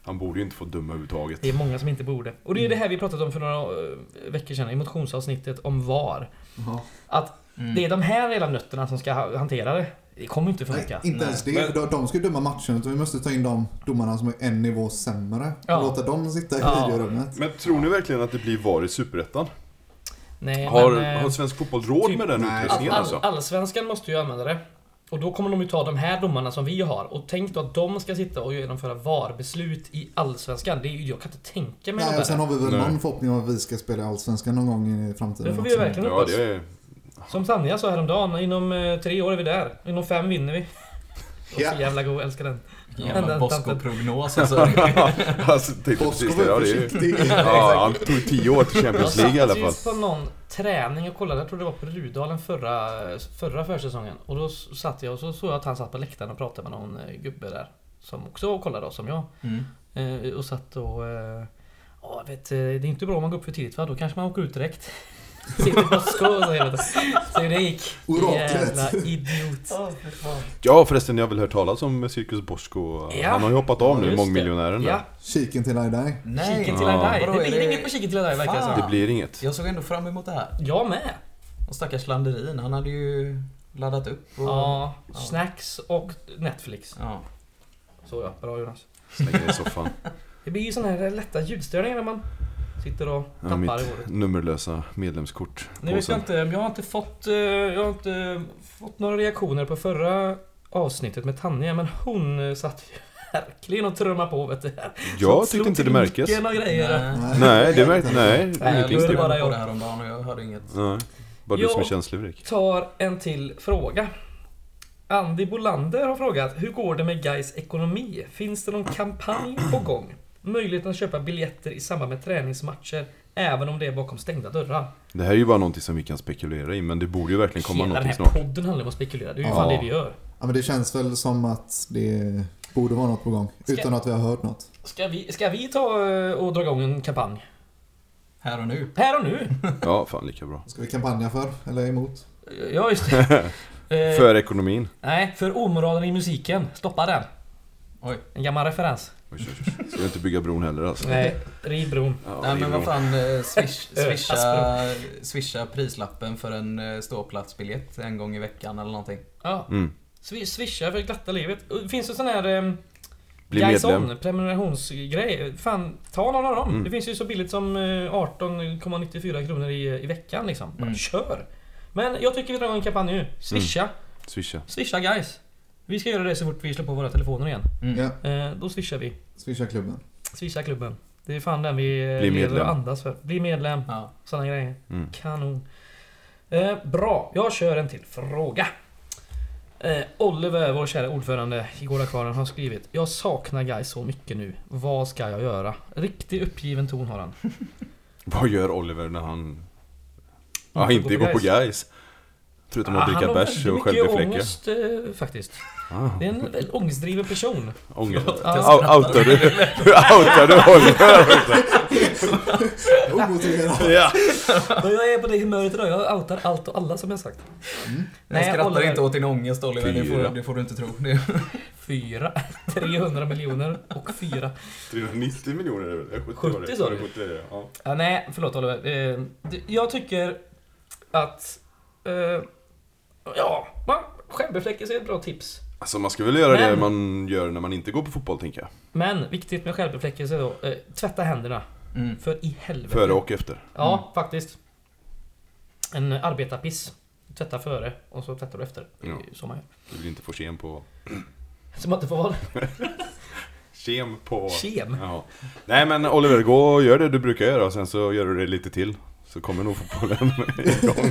han borde ju inte få döma överhuvudtaget.
Det är många som inte borde. Och
Mm.
det är det här vi pratade om för några eh, veckor sedan i motionsavsnittet om VAR.
Ja.
Att
Mm.
det är de här jävla nötterna som ska ha- hantera det. Det kommer inte
Nej,
funka.
inte ens det.
Men-
De, de ska ju döma matchen. Utan vi måste ta in de domarna som är en nivå sämre.
Ja.
Och låta dem sitta i
Ja.
videorummet.
Men tror ni verkligen att det blir VAR i Superettan?
Nej,
Har,
men, eh,
har svensk fotboll råd
typ-
med den
Nej.
All,
utrustningen
all,
alltså?
allsvenskan måste ju använda det. Och då kommer de ju ta de här domarna som vi har. Och tänk då att de ska sitta och genomföra VAR-beslut i Allsvenskan. Det är ju, jag kan inte tänka mig
Nej, och
något
sen
värre.
har vi väl
Nej.
någon förhoppning om att vi ska spela i Allsvenskan någon gång i framtiden.
Det får vi ju
också.
verkligen
Ja,
hoppas. [laughs]
det är... [laughs]
Som Sanja sa häromdagen, inom eh, tre år är vi där. Inom fem vinner vi. Och så jävla god, jag älskar den.
Vilken
Ända-
jävla Bosko-prognos alltså.
alltså, tänkte precis
Bosko
det. Ja,
var
det är,
försiktig.
[laughs]
[laughs]
ja, han tog ju 10 år till Champions League i alla fall.
satt ju på någon träning och kollade, jag tror det var på Rudalen förra, förra försäsongen. Och då s- satt jag och så såg jag att han satt på läktaren och pratade med någon eh, gubbe där. Som också var och kollade då, som jag.
Mm.
Eh, Och satt och... eh, Ja, jag vet, eh, det är inte bra om man går upp för tidigt va? Då kanske man åker ut direkt. [laughs] Sitter på skå och så hela tiden. Så det gick.
Oraklet.
Jävla idiot.
Ja förresten, jag har väl hört talas om Cirkus Bosko.
Ja.
Han har ju hoppat av
Ja,
nu,
just
mångmiljonären
Ja,
där.
Kiken till Aidai.
Nej.
kiken till
Ja.
Adai.
Vadå,
Det
är
blir inget på kiken till Adai verkar det
Fan.
som.
Det blir inget.
Jag såg ändå fram emot det här.
Jag med.
Och stackars Landerin, han hade ju laddat upp. Och...
Ja,
Ja.
snacks och Netflix.
ja.
Så ja, bra Jonas.
Slänger det i soffan.
Det blir ju såna här lätta ljudstörningar när man sitter och
Ja,
tappar i
mitt [laughs]
håret.
nummerlösa medlemskort.
Nu vet jag inte, men jag har inte fått, eh, jag har inte fått några reaktioner på förra avsnittet med Tanja, men hon eh, satt ju [laughs] verkligen och trummade på vet du.
Jag
Så slog
tyckte inte det
till
märktes.
micken Och grejer.
Nej.
Nej, det märktes...
Nej,
Nej, ingenting
då är det
sticker.
bara
bara
jag.
jag. Äh, Det här om dagen och jag hörde inget.
Nej, bara du
Jo.
som är känslig
Tar en till fråga. Andy Bolander har frågat, hur går det med Gais ekonomi? Finns det någon kampanj på gång? Möjligheten att köpa biljetter i samband med träningsmatcher, även om det är bakom stängda dörrar.
Det här är ju bara någonting som vi kan spekulera i, men det borde ju verkligen komma
Hela den
någonting
här
snart.
podden handlar om att spekulera, det är ju
Ja.
fan det vi gör.
Ja, men det känns väl som att det borde vara något på gång.
Ska-
Utan att vi har hört något.
Ska vi, ska vi ta eh, och dra igång en kampanj?
Här och nu.
Här och
[laughs]
nu!
Ja, fan lika bra.
Vad ska vi kampanja för? Eller emot?
Ja, just
[laughs]
det. Eh,
För ekonomin.
Nej, för omoralen i musiken. Stoppa den.
Oj.
En gammal referens.
Oj, oj, oj. Ska vi inte bygga bron heller alltså? [laughs]
Nej, riv bron.
Ja,
Nej
det är
men vad
bron.
fan, eh, swish,
[laughs]
Ö,
swisha, swisha prislappen för en eh, ståplatsbiljett en gång i veckan eller någonting.
Ja,
Mm.
swi- swisha för glatta livet. Och Finns det sån här... Eh,
Bli
Guys
medlem.
On, prenumerationsgrej. Fan, ta någon av dem.
Mm.
Det finns ju så billigt som eh, 18,94 kronor i, i veckan liksom. Bara
Mm.
kör! Men jag tycker vi drar igång en kampanj nu. Swisha.
Mm. Swisha.
Swisha guys. Vi ska göra det så fort vi slår på våra telefoner igen.
Ja,
Eh, då swishar vi. [laughs]
swisha klubben.
Swisha klubben. Det är fan den vi eh,
Bli
lever
medlem.
och andas för. Bli medlem.
Ja.
Sådana grejer.
Mm.
Kanon. Eh, bra, jag kör en till fråga. Eh, Oliver, vår kära ordförande i Gårda Kvarnen, har skrivit Jag saknar guys så mycket nu. Vad ska jag göra? Riktig uppgiven ton har han.
Vad gör Oliver när han... Ja,
Inte
inte
går
går
på
på guys. Förutom
Ah,
att dricka bärs och självbefläcka.
ångest eh, faktiskt.
Ah,
Det är en väldigt ångestdriven person.
ånger.
Ja.
Au- Outar [laughs] du? Outar du
[laughs]
Oliver?
Omotiverat!
Ja.
Men jag är på det humöret idag. Jag outar allt och alla som jag sagt.
Nej, Mm. jag skrattar
Oliver.
inte åt din ångest Oliver, det
Fyra.
får, det får du inte tro. [laughs] Det,
Fyra. [laughs] 300 miljoner och fyra.
390 miljoner är det väl?
70 sa du?
70 är det, ja.
Ja, nej, förlåt Oliver. Eh, det- Jag tycker att... Eh, ja, va? självbefläckelse är ett bra tips.
Alltså man ska väl göra det
Men-
man gör när man inte går på fotboll tänker jag.
Men viktigt med självbefläckelse då. Eh, tvätta händerna.
mm.
För i helvete.
Före och Mm. efter.
Ja, faktiskt. En arbetarpiss. Tvätta före och så tvättar du efter. Det är
Ja.
ju Så man gör.
Du vill inte få kem på...
Så man inte får vara
Kem på...
kem.
Ja. Nej men Oliver, gå och gör det du brukar göra och sen så gör du det lite till. Så kommer nog fotbollen igång.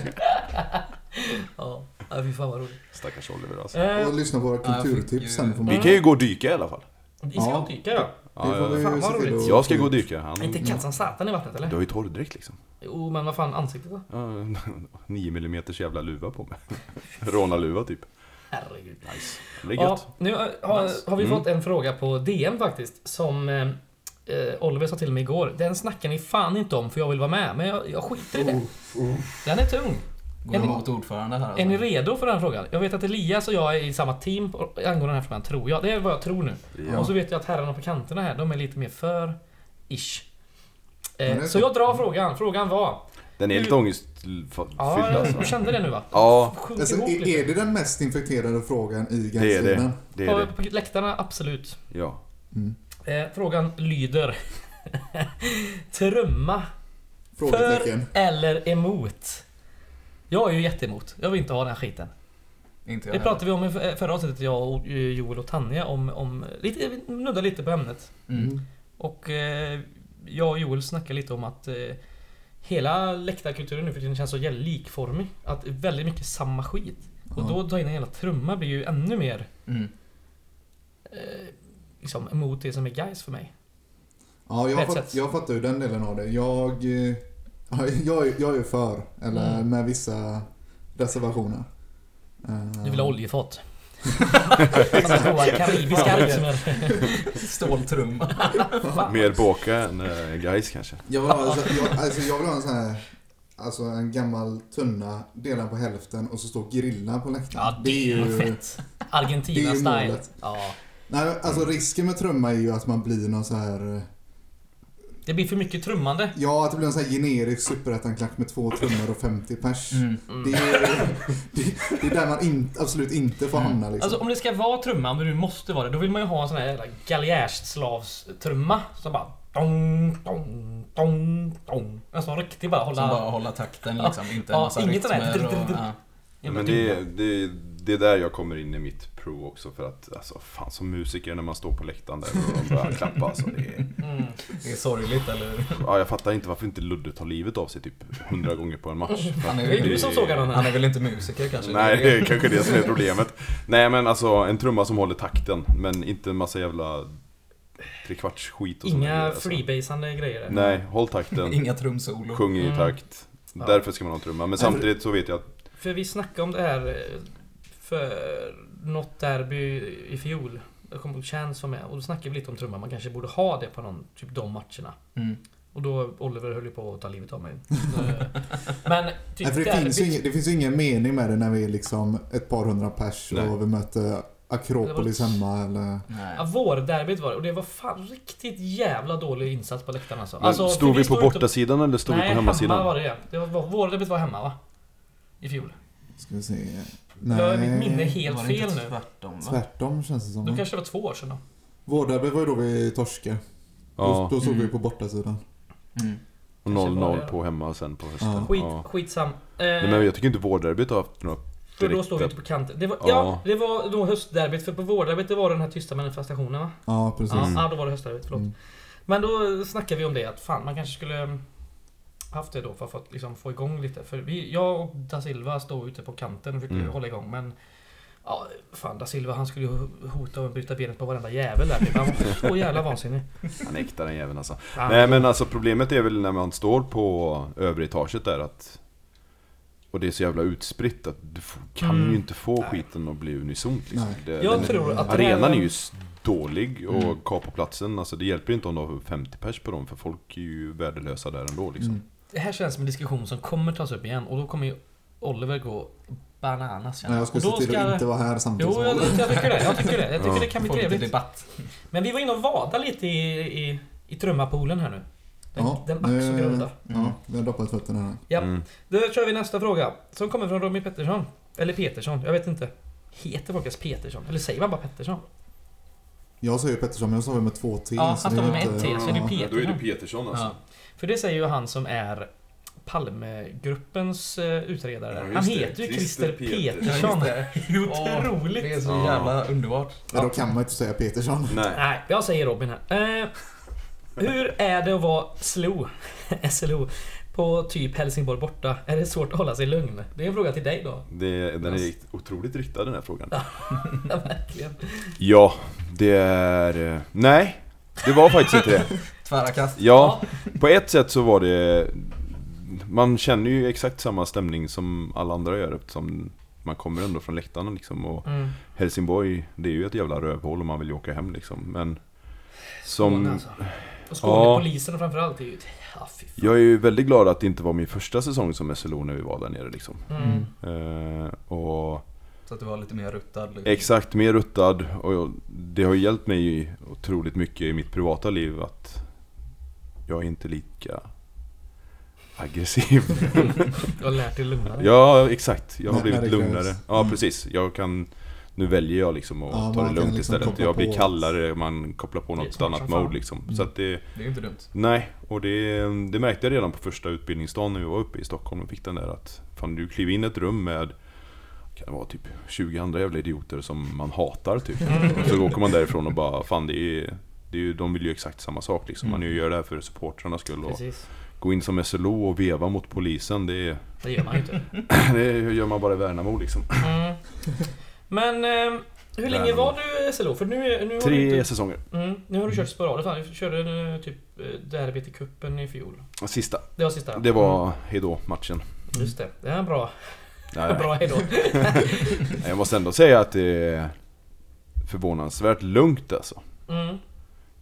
Ja, ja, fy fan vad roligt.
Stackars Oliver alltså.
Eh,
Och lyssna på våra
Ja, jag fick
kulturtips
ju-
sen får man.
Vi kan ju gå och dyka i alla fall.
vi ska
Ja.
dyka då.
Ja,
får vi
ja,
Fan, vad
se till
roligt.
att-
Jag ska gå och dyka. Han,
Inte
du
kallt som satan i vattnet eller?
har ju torrdräkt liksom.
Jo, men vad fan ansiktet då?
Ja, [laughs] 9 mm jävla luva på mig. [laughs] Rånarluva typ.
Herregud.
Nice. Det blir
Ja,
gött.
nu har, har- har vi
Mm.
fått en fråga på DM faktiskt som eh, eh, Oliver sa till mig igår. Den snackar ni fan inte om för jag vill vara med, men jag, jag skiter i det. Den är tung.
går
Är ni-
emot ordförande här
Är ni
alltså.
redo för den här frågan? Jag vet att Elias och jag är i samma team på- angående den här frågan, tror jag. Det är vad jag tror nu.
Ja.
Och så vet jag att herrarna på kanterna här, de är lite mer för... Ish.
Men
Eh,
det är
så
så.
jag drar frågan. Frågan var...
Den är lite
Nu-
ångestfylld
Ja, du
alltså.
kände det nu va?
Ja,
Sjunk
Alltså,
ihop
är,
lite.
är det den mest infekterade frågan i
det är
Gais-tiden?
det. Det är
På,
det.
på läktarna, absolut.
Ja.
Eh, frågan lyder... [laughs] Trumma
Frågetecken.
Eller emot? Jag är ju jätteemot. Jag vill inte ha den här skiten.
Inte jag
Det
heller.
pratade vi om i f- förra avsnittet, jag och eh, Joel och Tanja, om... om lite, vi nuddade lite på ämnet.
Mm.
Och eh, jag och Joel snackade lite om att eh, hela läktarkulturen nu för tiden känns så jävla likformig. Att väldigt mycket samma skit. Och
Ja.
då dra in en jävla trumma blir ju ännu mer...
Mm.
liksom, mot det som är guys för mig.
Ja,
På ett
jag, fatt,
sätt.
jag fattar ju den delen av det. Jag, eh, ja, jag, är- jag är ju för, eller
Mm.
med vissa reservationer. Eh,
Du vill ha oljefat. Såna goa karibiska liksom. [laughs]
Ståltrumma.
Mer Boka än eh, Gais kanske.
Jag vill, ha,
[laughs]
alltså, jag, alltså, jag vill ha en sån här, alltså en gammal tunna, delad på hälften och så står grillan på läktaren.
Ja, det [laughs] är ju fett.
det är
Argentina
ju
style.
målet.
Ja.
Nej, men, alltså risken med trumma är ju att man blir någon så här... eh,
Det blir för mycket trummande.
Ja, att det blir en sån här generisk superettan-klack med två trummor och 50 pers.
Mm.
Det, är, det, det är där man in, absolut inte får hamna liksom.
Alltså om det ska vara trumma, om det nu måste vara det, då vill man ju ha en sån här jävla galjärslavstrumma som bara... Dong, dong, dong, dong. En sån riktig bara hålla...
Som bara hålla takten liksom, inte en
Ja,
massa
inget av det här.
rytmer
[laughs]
och... ja.
Ja,
men
du-
det, det, det är där jag kommer in i mitt prov också för att alltså, fan som musiker när man står på läktaren där och de börjar klappa alltså, det är, [laughs]
Mm.
Det är sorgligt, eller
[laughs]
hur?
ja, Jag fattar inte varför inte Ludde tar livet av sig typ hundra gånger på en match.
Han är
Det är
väl,
du som sågar honom.
han är väl inte musiker kanske?
Nej,
är-
det är kanske det som är problemet. Nej men alltså en trumma som håller takten men inte en massa jävla trekvarts skit och såna grejer,
Inga
alltså.
freebasande grejer.
Nej, håll
[laughs]
takten.
Inga trumsolon.
Sjung i
Mm.
takt.
Ja. Alltså-
Därför ska man ha en trumma. Men samtidigt så vet jag att
För vi snackade om det här eh, för något derby i fjol. Jag kommer ihåg Chance var med och då snackade vi lite om trumman. Man kanske borde ha det på någon, typ de matcherna.
Mm.
Och då Oliver höll ju på att ta livet
[laughs]
av mig. Eh, Men typ
Nej, för det, finns ju ingen, det finns ju ingen mening med det när vi är liksom ett par hundra pers
Nej.
och vi möter Akropolis
Det var-
hemma eller...
Nej.
Ja, vårderbyt var det och det var fan riktigt jävla dålig insats på läktaren alltså.
Men
alltså
stod
för
vi på
står inte-
bortasidan eller stod vi
Nej,
på
hemma var
hemmasidan?
det ja. det. var- Vårderbyt var hemma va? I fjol.
Ska vi se...
Då är mitt minne
Nej,
helt
Var det inte
fel nu.
Tvärtom, va?
tvärtom känns det som.
Då
va?
kanske det var två år sedan då.
Vårderby var ju då vi torskade. Då,
Ja,
då såg
Mm.
vi på bortasidan.
Mm.
och
kanske var
0-0
det.
på hemma och sen på hösten.
Ja.
Skit,
Ja.
Skitsam. Eh,
Nej, men jag tycker inte vårdderbyt har haft något
För då
direkt...
står vi inte på kanten. Det var, ja.
Ja.
det var då höstderbyt. För på vårderbyt det var den här tysta manifestationen va?
Ja, precis.
Ja,
Mm.
ja, då var det höstderbyt. Förlåt.
Mm.
Men då snackade vi om det att fan, man kanske skulle mm, haft det då för att få- liksom, få igång lite. För vi, jag och da Silva stod ute på kanten och försökte
Mm.
hålla igång. Men ja, fan da Silva han skulle ju hota att bryta benet på varenda jävel där. Han var så jävla vansinnig.
Han äktar den jäveln alltså.
Ja.
Nej men alltså problemet är väl när man står på övre etaget där att och det är så jävla utspritt att du f- kan
Mm.
ju inte få
Nej.
skiten att bli unisont liksom.
Nej.
Det,
Jag
den-
tror att det
Arenan
här-
är ju s- dålig och
Mm.
kapar platsen. Alltså det hjälper ju inte om du har 50 pers på dem för folk är ju värdelösa där ändå liksom.
Mm.
Det här känns som en diskussion som kommer tas upp igen och då kommer ju Oliver gå bananas.
Nej, jag ska
Och då
se till att inte vara här samtidigt
Jo, jag,
som
jag tycker det. Jag tycker det. Jag tycker
Ja.
det kan bli
Får lite
trevligt.
debatt.
[laughs] Men vi var inne och vadade lite i, i, i trummapoolen här nu. Den,
Ja,
den
nu-
ack så groda.
Ja, vi har doppat fötterna här.
Ja.
Mm.
Då kör vi nästa fråga. Som kommer från Robin Pettersson. Eller Petersson, jag vet inte. Heter folk ens Petersson? Eller säger man bara Pettersson?
Jag sa ju Pettersson, men jag sa väl med två T.
Ja,
så
han
det
står
är
med
inte-
ett T, så är det
ja.
Peter.
då är det Petersson alltså.
Ja. För det säger ju han som är Palmegruppens eh, utredare.
Ja, just
han
det.
heter ju
Christer
Christer Petersson.
Petersson.
Ja, just det.
Otroligt.
Det är så
Ja.
jävla underbart.
Ja, då kan man ju inte säga Petersson.
Nej.
Nej, jag säger Robin här. Eh, hur är det att vara [laughs] SLO, SLO på typ Helsingborg borta? Är det svårt att hålla sig lugn? Det är en fråga till dig då.
Det, den är rikt- otroligt riktad den här frågan.
Ja, Verkligen.
Ja, det är... eh, Nej, det var faktiskt inte det.
Tvära kast.
Ja, på ett sätt så var det... Man känner ju exakt samma stämning som alla andra gör eftersom man kommer ändå från läktarna liksom. Och
Mm.
Helsingborg, det är ju ett jävla rövhål om man vill ju åka hem liksom. Men...
Skåne,
Som...
alltså. Och Skånepolisen framförallt är ju... ett- Ja, fy fan.
Jag är ju väldigt glad att det inte var min första säsong som SLO när vi var där nere liksom.
Mm.
Eh, och...
Så att du var lite mer ruttad. Liksom.
Exakt, mer ruttad och jag- det har hjälpt mig otroligt mycket i mitt privata liv att jag är inte lika
[laughs]
aggressiv.
Du har lärt dig lugna dig.
ja, exakt. Jag har
När- när
blivit
det krävs.
lugnare. Ja,
Mm.
precis. Jag kan... Nu väljer jag liksom att
Ja, man
ta det
kan
lugnt
liksom
istället.
koppla
Jag blir
på.
kallare, man kopplar på
Det är
något
smart som
annat
fan.
mode liksom. Så att det...
Det är ju inte dumt.
Nej, och det, det märkte jag redan på första utbildningsdagen när vi var uppe i Stockholm och fick den där att fan du kliver in i ett rum med kan det vara typ 20 andra jävla idioter som man hatar typ. Och så åker man därifrån och bara fan det är, det är ju, de vill ju exakt samma sak liksom. Man gör det här för supportrarnas skull och
Mm. Precis.
gå in som SLO och veva mot polisen det, är- [clears throat]
Det gör man ju inte.
det gör man bara i Värnamo liksom.
Mm. Men... Eh, Hur
Där
länge
någon-
var du SLO? För nu, är- nu har du
Tre
inte...
säsonger.
Mm, nu har du kört sporadiskt. Fan, Du körde eh, typ eh, derbyt i cupen i fjol.
Sista.
Det var sista.
Det var hejdå-matchen.
Mm. Just det. Det är en bra,
Nej,
bra hejdå.
jag måste ändå säga att det är förvånansvärt lugnt alltså.
Mm.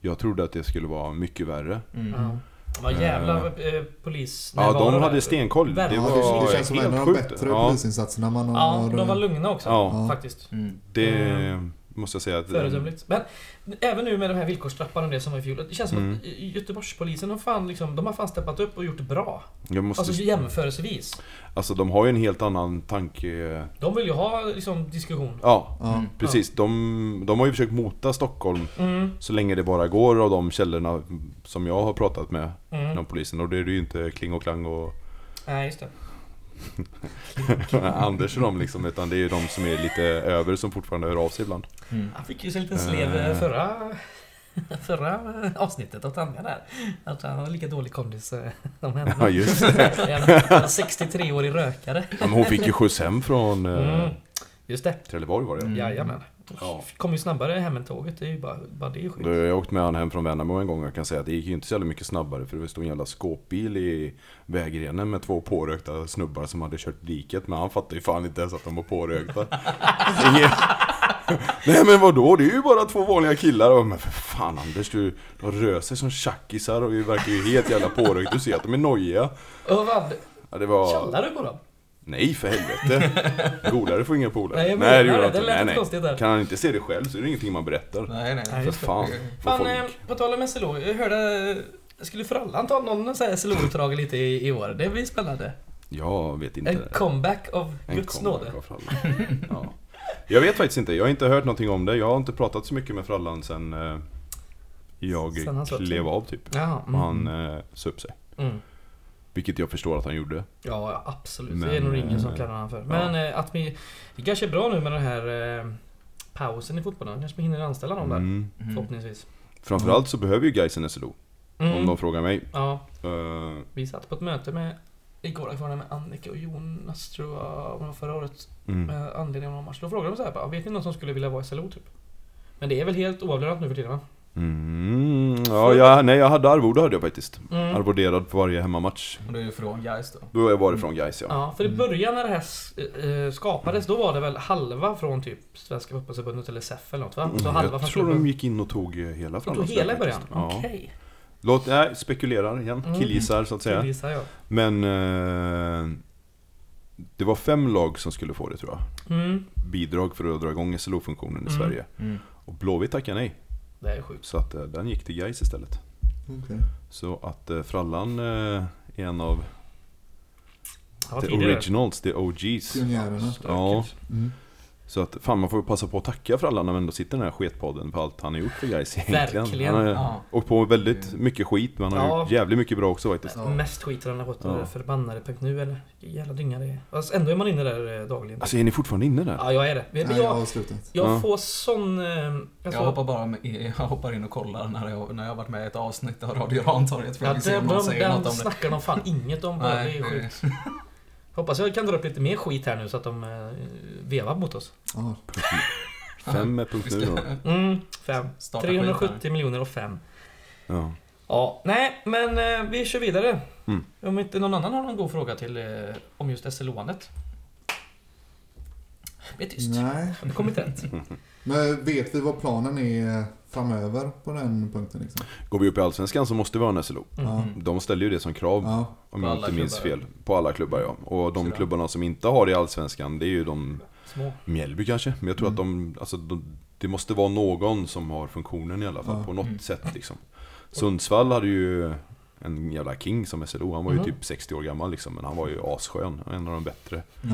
Jag trodde att det skulle vara mycket värre.
Ja. Det var jävla eh, polis...
Ja,
närvaro
de
där.
hade stenkoll. Det
Verkligen.
var
det känns som en
helt
av de
sjukt.
bättre
Ja,
polisinsatserna man
Ja,
har... eh,
de var lugna också.
Ja.
Faktiskt.
Mm.
det måste jag säga att... eh,
Föredömligt. Men även nu med de här villkorstrappan och det som var i fjol. Det känns som
Mm.
att Göteborgspolisen har fan, liksom, de har fan steppat upp och gjort det bra.
Jag måste,
Alltså jämförelsevis.
alltså de har ju en helt annan tanke...
De vill ju ha liksom, diskussion.
Ja,
Ja.
precis. De, de har ju försökt mota Stockholm
Mm,
så länge det bara går av de källorna som jag har pratat med
mm.
inom polisen. Och det är det ju inte Kling och Klang och [laughs]
Nej, just det.
Anders och de liksom. Utan det är ju de som är lite över som fortfarande hör av sig ibland.
Mm.
Han fick ju sig en liten slev eh, förra, [laughs] förra eh, avsnittet av Tanja där. Att han har lika dålig kondis eh, [laughs] som henne.
[laughs] Ja, just det.
En 63-årig rökare.
Ja, Men hon fick ju skjuts hem från eh,
Mm. Just det.
Trelleborg var det.
Mm.
Jajamän.
Ja.
Kom ju snabbare hem än tåget. Det är ju bara, bara det är ju
Då
sjukt.
har jag åkt med han hem från Värnamo en gång och jag kan säga att det gick ju inte så jävla mycket snabbare för det stod en jävla skåpbil i vägrenen med två pårökta snubbar som hade kört diket men han fattade ju fan inte ens att de var pårökta. [laughs] Ingen- Nej men vadå, det är ju bara två vanliga killar. Och, men för fan Anders, du, de rör sig som tjackisar och vi verkar ju helt jävla pårökta. Du ser att de är nojiga.
Och vad?
Ja, det var...
Kallar du på dem?
Nej för helvete! Golare får inga polare.
Nej, jag menar
Nej det gjorde
det.
han
Det
inte.
lät
Nej, nej.
konstigt där.
Kan han inte se det själv så är det ingenting man berättar.
Nej, nej.
Nej,
För
just det.
fan.
Fan,
vad folk-
eh, på tal om SLO. Jag hörde... eh, Jag skulle Frallan ta någon sån här SLO-uppdrag lite i, i år? Det blir spännande.
Jag vet inte.
En comeback av
En
Guds
comeback
nåde.
av Frallan. Ja. Jag vet faktiskt inte. Jag har inte hört någonting om det. Jag har inte pratat så mycket med Frallan sen eh, jag
Sen han sa
klev av typ.
Jaha.
Och
Mm.
han eh, sa upp sig.
Mm.
Vilket jag förstår att han gjorde.
Ja, ja, absolut. det är
Men,
nog ingen som
eh,
kallar honom för.
ja.
Men eh, att vi... Det kanske är bra nu med den här eh, pausen i fotbollen. Kanske vi hinner anställa någon där.
Mm.
Mm.
Förhoppningsvis.
Framförallt så behöver ju Gais en SLO. Om
Mm.
de frågar mig.
Ja,
Eh,
vi satt på ett möte med... Igår var det med Annika och Jonas tror jag, om det var förra året.
mm.
med anledning Eh, av någon match. Då frågade de så här, bara, vet ni någon som skulle vilja vara SLO typ? Men det är väl helt oavlönat nu för tiden va?
Mm. Ja, jag, nej, jag hade arvode hade jag faktiskt.
Mm.
Arvoderad på varje hemmamatch.
Och det är ju från Gais då.
Då har jag varit från Gais ja.
Ja, för i början när det här s- eh, skapades, då var det väl halva från typ Svenska Fotbollförbundet eller SEF eller något va? Så halva
Mm, Jag
från
tror de
klubben.
gick in och tog eh, hela
Och då
Frallan.
hela i början?
Ja.
Okej.
Låt, nej, spekulerar igen.
Mm.
Killgissar så att
Det
säga.
gissar jag.
Men eh, det var fem lag som skulle få det tror jag.
Mm.
Bidrag för att dra igång SLO-funktionen i
Mm.
Sverige. Och Blåvitt tackade nej.
Det är sjukt.
Så att eh, den gick till Gais istället.
Okej.
Så att eh, Frallan eh, är en av
Det var
the
tidigare.
originals, the OGs.
Pionjärerna.
Stökigt.
Ja,
Mm.
så att fan man får ju passa på att tacka Frallan när man ändå sitter i den här sketpodden för allt han har gjort för Gais egentligen.
Verkligen.
Han har
Ja.
åkt på väldigt mycket skit men han har
Ja.
gjort jävligt mycket bra också faktiskt.
Men Mest skit har han fått
Ja.
ja. förbannade.nu eller jävla dynga det är. Fast ändå är man inne där eh, dagligen.
Alltså är ni fortfarande inne där?
Ja, jag är det. Men
Nej, jag har
jag,
avslutat.
jag
Ja.
får sån... eh,
Jag
Alltså,
hoppar bara med, [laughs] jag hoppar in och kollar när jag, när jag har varit med i ett avsnitt av Radio Rantorget för
Ja,
jag vill se
den,
om någon
den,
säger något
den
om det.
snackar de fan inget om. Bara, det är sjukt.
det-
Hoppas jag kan dra upp lite mer skit här nu så att de eh, vevar mot oss.
Ja.
Fem är
[laughs]
punkt
vi
nu
ska
då.
Mm, fem.
[laughs] starta skiten här.
370 miljoner och fem.
Ja.
Ja, nej, men eh, vi kör vidare.
Mm.
Om inte någon annan har någon god fråga till eh, om just SLO-andet. Det är tyst.
Nej.
Det kommer inte
[laughs]
rätt.
Men vet vi vad planen är eh, framöver på den punkten liksom?
Går vi upp i Allsvenskan så måste vi ha en SLO.
Ja.
De ställer ju det som krav,
Mm. Ja.
om
På
jag
alla
inte minns
klubbar.
fel. På alla klubbar ja. Och de
Sådär.
klubbarna som inte har det i Allsvenskan, det är ju de...
Små.
Mjällby kanske? Men jag tror
Mm.
att de, alltså, de... Det måste vara någon som har funktionen i alla fall,
Ja.
på något
Mm.
sätt liksom. Sundsvall hade ju en jävla king som SLO. Han var ju
Mm-hmm.
Mhm.
typ 60 år gammal liksom, men han var ju asskön. En av de bättre.
ja.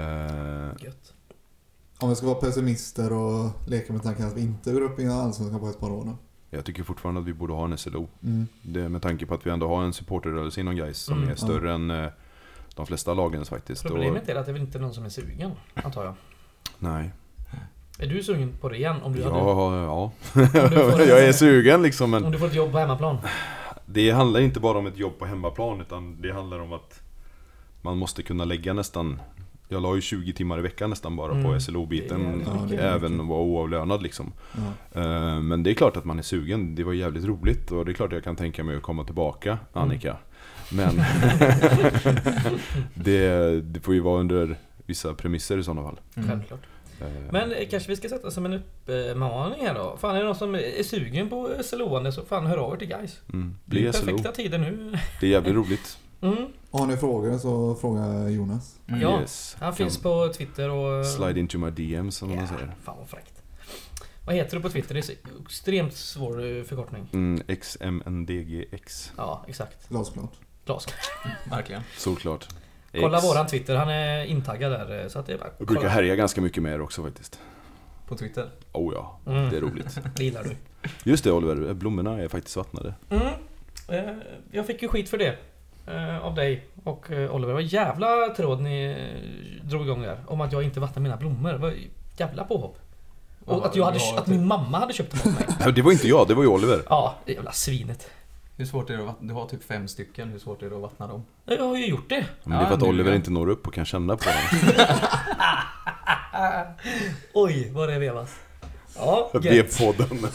Eh,
Gött.
Om vi ska vara pessimister och leka med tanken att vi inte går upp i Allsvenskan på ett par år då?
jag tycker fortfarande att vi borde ha en SLO.
Mm.
Det, med tanke på att vi ändå har en supporterrörelse inom Gais som
Mm.
är större än eh, de flesta lagens faktiskt.
Problemet är att det är väl inte någon som är sugen, antar jag.
nej.
Är du sugen på det igen? Om du, hade,
Ja, ja.
om du, får,
[laughs]
Mm.
jag är sugen liksom
om
men
du får ett jobb på hemmaplan?
Mm. det handlar inte bara om ett jobb på hemmaplan utan det handlar om att man måste kunna lägga nästan... Jag la ju 20 timmar i veckan nästan bara på
Mm. Det är
SLO-biten.
jävligt
Ja, det är
även
mycket.
att vara oavlönad liksom.
Ja.
Eh, Men det är klart att man är sugen. Det var jävligt roligt och det är klart jag kan tänka mig att komma
Mm.
tillbaka, Annika.
[laughs]
Men [laughs] det, det får ju vara under vissa premisser i sådana fall.
Självklart.
Eh,
Men eh, kanske vi ska sätta som en uppmaning här då. Fan är det någon som är sugen på SLO-ande så fan hör av er till guys.
mm,
Det är ju
bli SLO.
perfekta tider nu.
Det är jävligt roligt.
Mm.
Har ni frågor så fråga Jonas.
Mm.
Ja,
Yes.
han finns
Kan
på Twitter och...
Slide into my DM som man säger.
Fan vad fräckt. Vad heter du på Twitter? Det är så extremt svår eh, förkortning.
Mm, XMNDGX.
Ja, exakt.
Glasklart.
Glasklart.
Verkligen.
Såklart.
Kolla
X.
våran Twitter, han är intaggad där. eh, Så att det är bara...
Jag brukar
kolla.
härja ganska mycket med er också faktiskt.
På Twitter.
Oh ja,
Mm.
det
[laughs]
är roligt.
Det gillar du.
Just det Oliver, blommorna är faktiskt vattnade.
Mm. Eh, Jag fick ju skit för det. eh, Av dig och eh, Oliver. Vad jävla tråd ni eh, drog igång där. Om att jag inte vattnar mina blommor. Vad jävla påhopp. Och
Vad
att, jag hade,
har
att
du-
min mamma hade köpt dem åt mig.
Nej, Det var inte jag, det var ju Oliver.
Ja, det jävla svinet.
Hur svårt är det att vattna? Du har typ fem stycken. Hur svårt är det att vattna dem?
Jag har ju gjort det.
Men det är för att
Ja, nu
Oliver
ja.
inte når upp och kan känna på den.
Ah.
Oj, vad det vevas. Ja, [laughs] gött.
B-podden.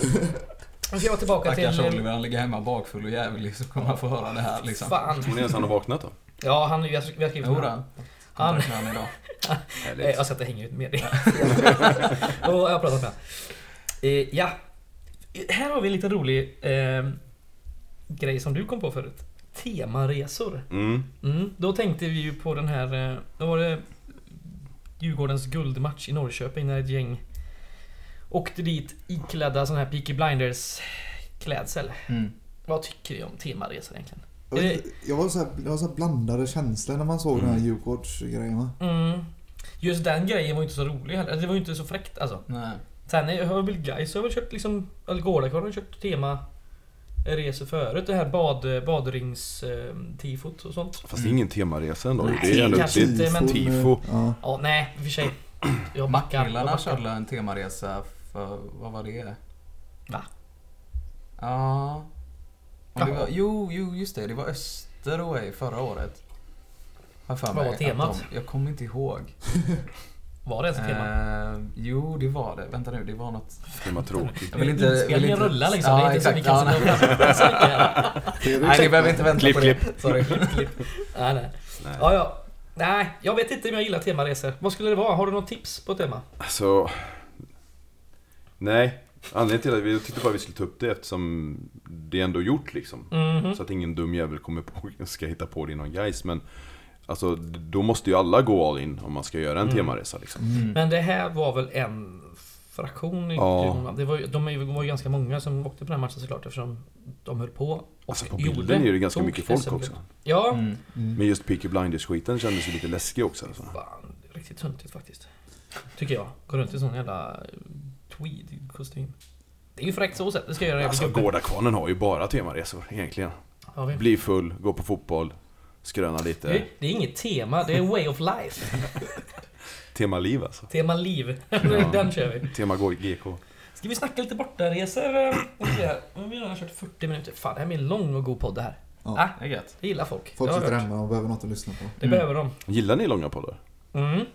Nu ska jag tillbaka till... eh,
Stackars Oliver, han ligger hemma bakfull och jävlig så kommer han få höra det här liksom.
Fan.
Tror ni ens han har vaknat då?
Ja, han, vi har vi har skrivit med honom.
Jodå.
Han-
Kontakt med honom idag.
Eh, Jag ska inte hänga ut med dig. [laughs] och jag har pratat med honom. eh, Ja. Här har vi en liten rolig eh, grej som du kom på förut. Temaresor.
Mm.
Mm, då tänkte vi ju på den här... eh, Då var det Djurgårdens guldmatch i Norrköping när ett gäng åkte dit iklädda sån här Peaky Blinders klädsel.
Mm.
Vad tycker vi om temaresor egentligen?
Jag,
Är
vet inte, jag var så här, jag var så här blandade känslor när man såg den
Mm.
här Djurgårdsgrejen va?
Mm. Just den grejen var ju inte så rolig heller. Det var ju inte så fräckt alltså.
Nej.
Sen är- har väl Gais har väl köpt liksom... Eller Gårdakvarn har köpt tema resor förut. Det här bad, badrings-tifot och sånt.
Fast det är ingen temaresa ändå.
Nej,
det är ändå
kanske
det
inte,
är
men-
ett tifo.
eh, Ja.
Ja, nej, i och för sig. Jag backar. Jag
Mackmillarna
backar.
körde en temaresa för, vad var det?
Va?
Ja. Om det
Jaha.
var, jo, jo, just det. Det var Österåi förra året. Har jag för
Vad
mig
var
att
temat?
De, jag kommer inte ihåg.
Var det ens ett tema?
Eh, jo, det var det. Vänta nu, det var något.
Tema tråkigt.
Jag vill inte... vill
Inspelningen
inte-
rullar liksom.
Ja,
det är inte så
exakt.
att vi kan sitta och [laughs] prata så mycket här.
Det är väl
Nej, ni
käckt,
behöver
va?
inte vänta
Klipp,
på det. Sorry.
Nej, nej.
Nej.
Ja, ja. Nej, jag vet inte om jag gillar temaresor. Vad skulle det vara? Har du något tips på ett tema?
Alltså... Nej. Anledningen till att vi jag tyckte bara vi skulle ta upp det eftersom det är ändå gjort liksom.
Mhm.
Så att ingen dum jävel kommer på ska hitta på det i någon guys. Men alltså, då måste ju alla gå all in om man ska
Mm.
göra en temaresa liksom.
Men det här var väl en fraktion i
Ja.
Djurgården, va? det var, ju- De är ju- var ju ganska många som åkte på den här matchen såklart eftersom de höll på och
Alltså på
gjorde-
bilden är det ganska
tog
mycket folk
SM-guld.
också.
Ja,
Mm.
Men just Peaky Blinders-skiten kändes ju lite läskig också. Alltså.
fan. det är Riktigt töntigt faktiskt. Tycker jag. Går runt i sån jävla eh, tweed-kostym. Det är ju fräckt så sett. Det ska jag göra
Alltså
jävligt gubbe.
Gårdakvarnen har ju bara temaresor egentligen.
Har vi.
Bli full, gå på fotboll, skröna lite.
Det, det är inget tema, det är way of
[laughs]
life.
Tema liv alltså.
Tema liv. [laughs]
Ja.
Den kör vi.
Tema gå- GK.
Ska vi snacka lite bortaresor? eh, och så här? Nu har vi redan kört 40 minuter. Fan, det här blir en lång och god podd det här.
Ja.
Ah,
Det är gött.
det gillar folk.
Folk
Det har jag
sitter
hört.
hemma och behöver något att lyssna på.
Det
Mm.
behöver de.
Gillar ni långa poddar?
Mm.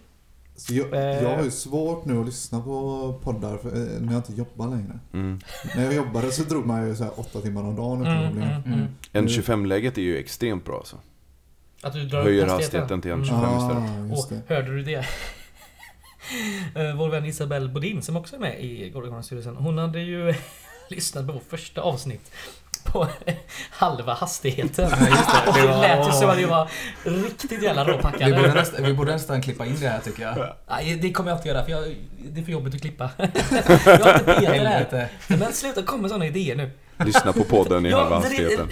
Så jag,
Eh.
jag har ju svårt nu att lyssna på poddar för, eh, när jag inte jobbar längre.
Mm.
När jag jobbade så drog man ju så här åtta timmar om dagen utan
Mm,
problem.
mm, mm.
Mm.
En 25-läget är ju extremt bra alltså.
Att du drar upp
Höjer hastigheten till en 25 istället.
Ah,
Och
just det.
hörde du det? [laughs] Eh, Vår vän Isabelle Bodin som också är med i Gårdagansstyrelsen. Hon hade ju [laughs] lyssnat på vårt första avsnitt på [laughs] halva hastigheten.
det.
Och [laughs]
Det
det
var-
lät ju som att vi var riktigt jävla
Vi borde,
råpackade.
nästan, vi borde nästan klippa in det här tycker jag.
Nej, det kommer jag inte göra för jag, det är för jobbigt att
[laughs]
klippa. [laughs] Jag har inte tid till det här.
Helvete.
Men sluta komma med sådana idéer nu.
Lyssna på podden i halva
dra-
hastigheten.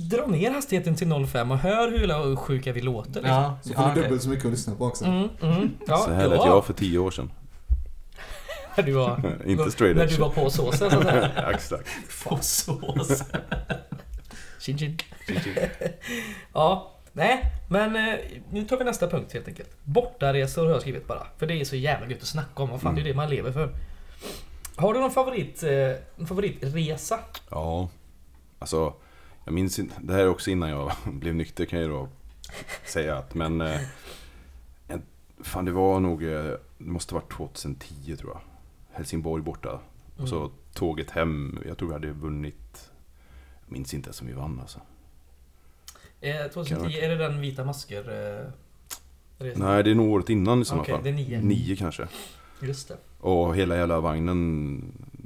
Dra ner hastigheten till 0,5 och hör hur jävla sjuka vi låter. Liksom.
Ja,
Så får
ja,
du
okej.
dubbelt så mycket att lyssna på också.
Mm, mm. Ja,
Så här lät
ja.
jag för 10
[laughs]
år sedan.
När du var,
Inte straight
När
edge.
du var på såsen så att
[laughs]
säga.
Ja, Exakt.
På sås. [laughs] Chin chin. Ja, nej. Men eh, nu tar vi nästa punkt helt enkelt. Bortaresor har jag skrivit bara. För det är så jävla gött att snacka om. Vad fan, det är
Mm.
ju det man lever för. Har du någon favorit, eh, en favoritresa?
Ja. Alltså, jag minns inte. Det här [laughs] är också innan jag blev nykter kan jag då säga att. Men eh, en, Fan det var nog, eh, det måste varit 2010 tror jag. Helsingborg borta. Och
Mm.
så tåget hem, jag tror vi hade vunnit. Jag minns inte ens om vi vann alltså.
Eh, 2010, är det den vita masker... Eh, resan?
Nej det är nog året innan i sådana
Okej,
fall.
det är nio.
Nio kanske. [laughs]
Just det.
Och hela jävla vagnen,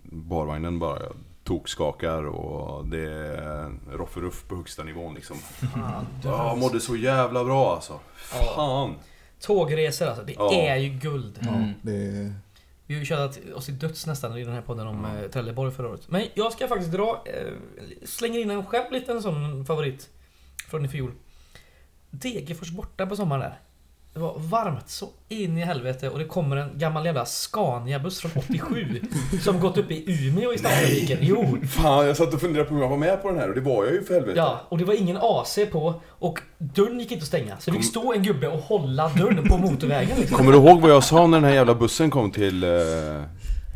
barvagnen bara tokskakar och det är roff och ruff på högsta nivån liksom.
Fan, du-
Ja, mådde så jävla bra alltså.
Ja.
Fan!
Tågresor alltså, det
Ja.
är ju guld.
Mm.
Det är...
Vi har ju tjatat oss till döds nästan i den här podden om
Ja.
eh, Trelleborg förra året. Men jag ska faktiskt dra, eh, slänger in en själv liten sån favorit från i fjol. Degerfors borta på sommaren där. Det var varmt så in i helvete och det kommer en gammal jävla Scania-buss från
[laughs]
87 som gått upp i Umeå i stadstrafiken. Jo!
Fan, jag satt och funderade på om jag var med på den här och det var jag ju för helvete.
Ja, och det var ingen AC på och dörren gick inte att stänga. Så det fick stå en gubbe och hålla dörren på
[laughs]
motorvägen liksom.
Kommer du ihåg vad jag sa när den här jävla bussen kom till, eh,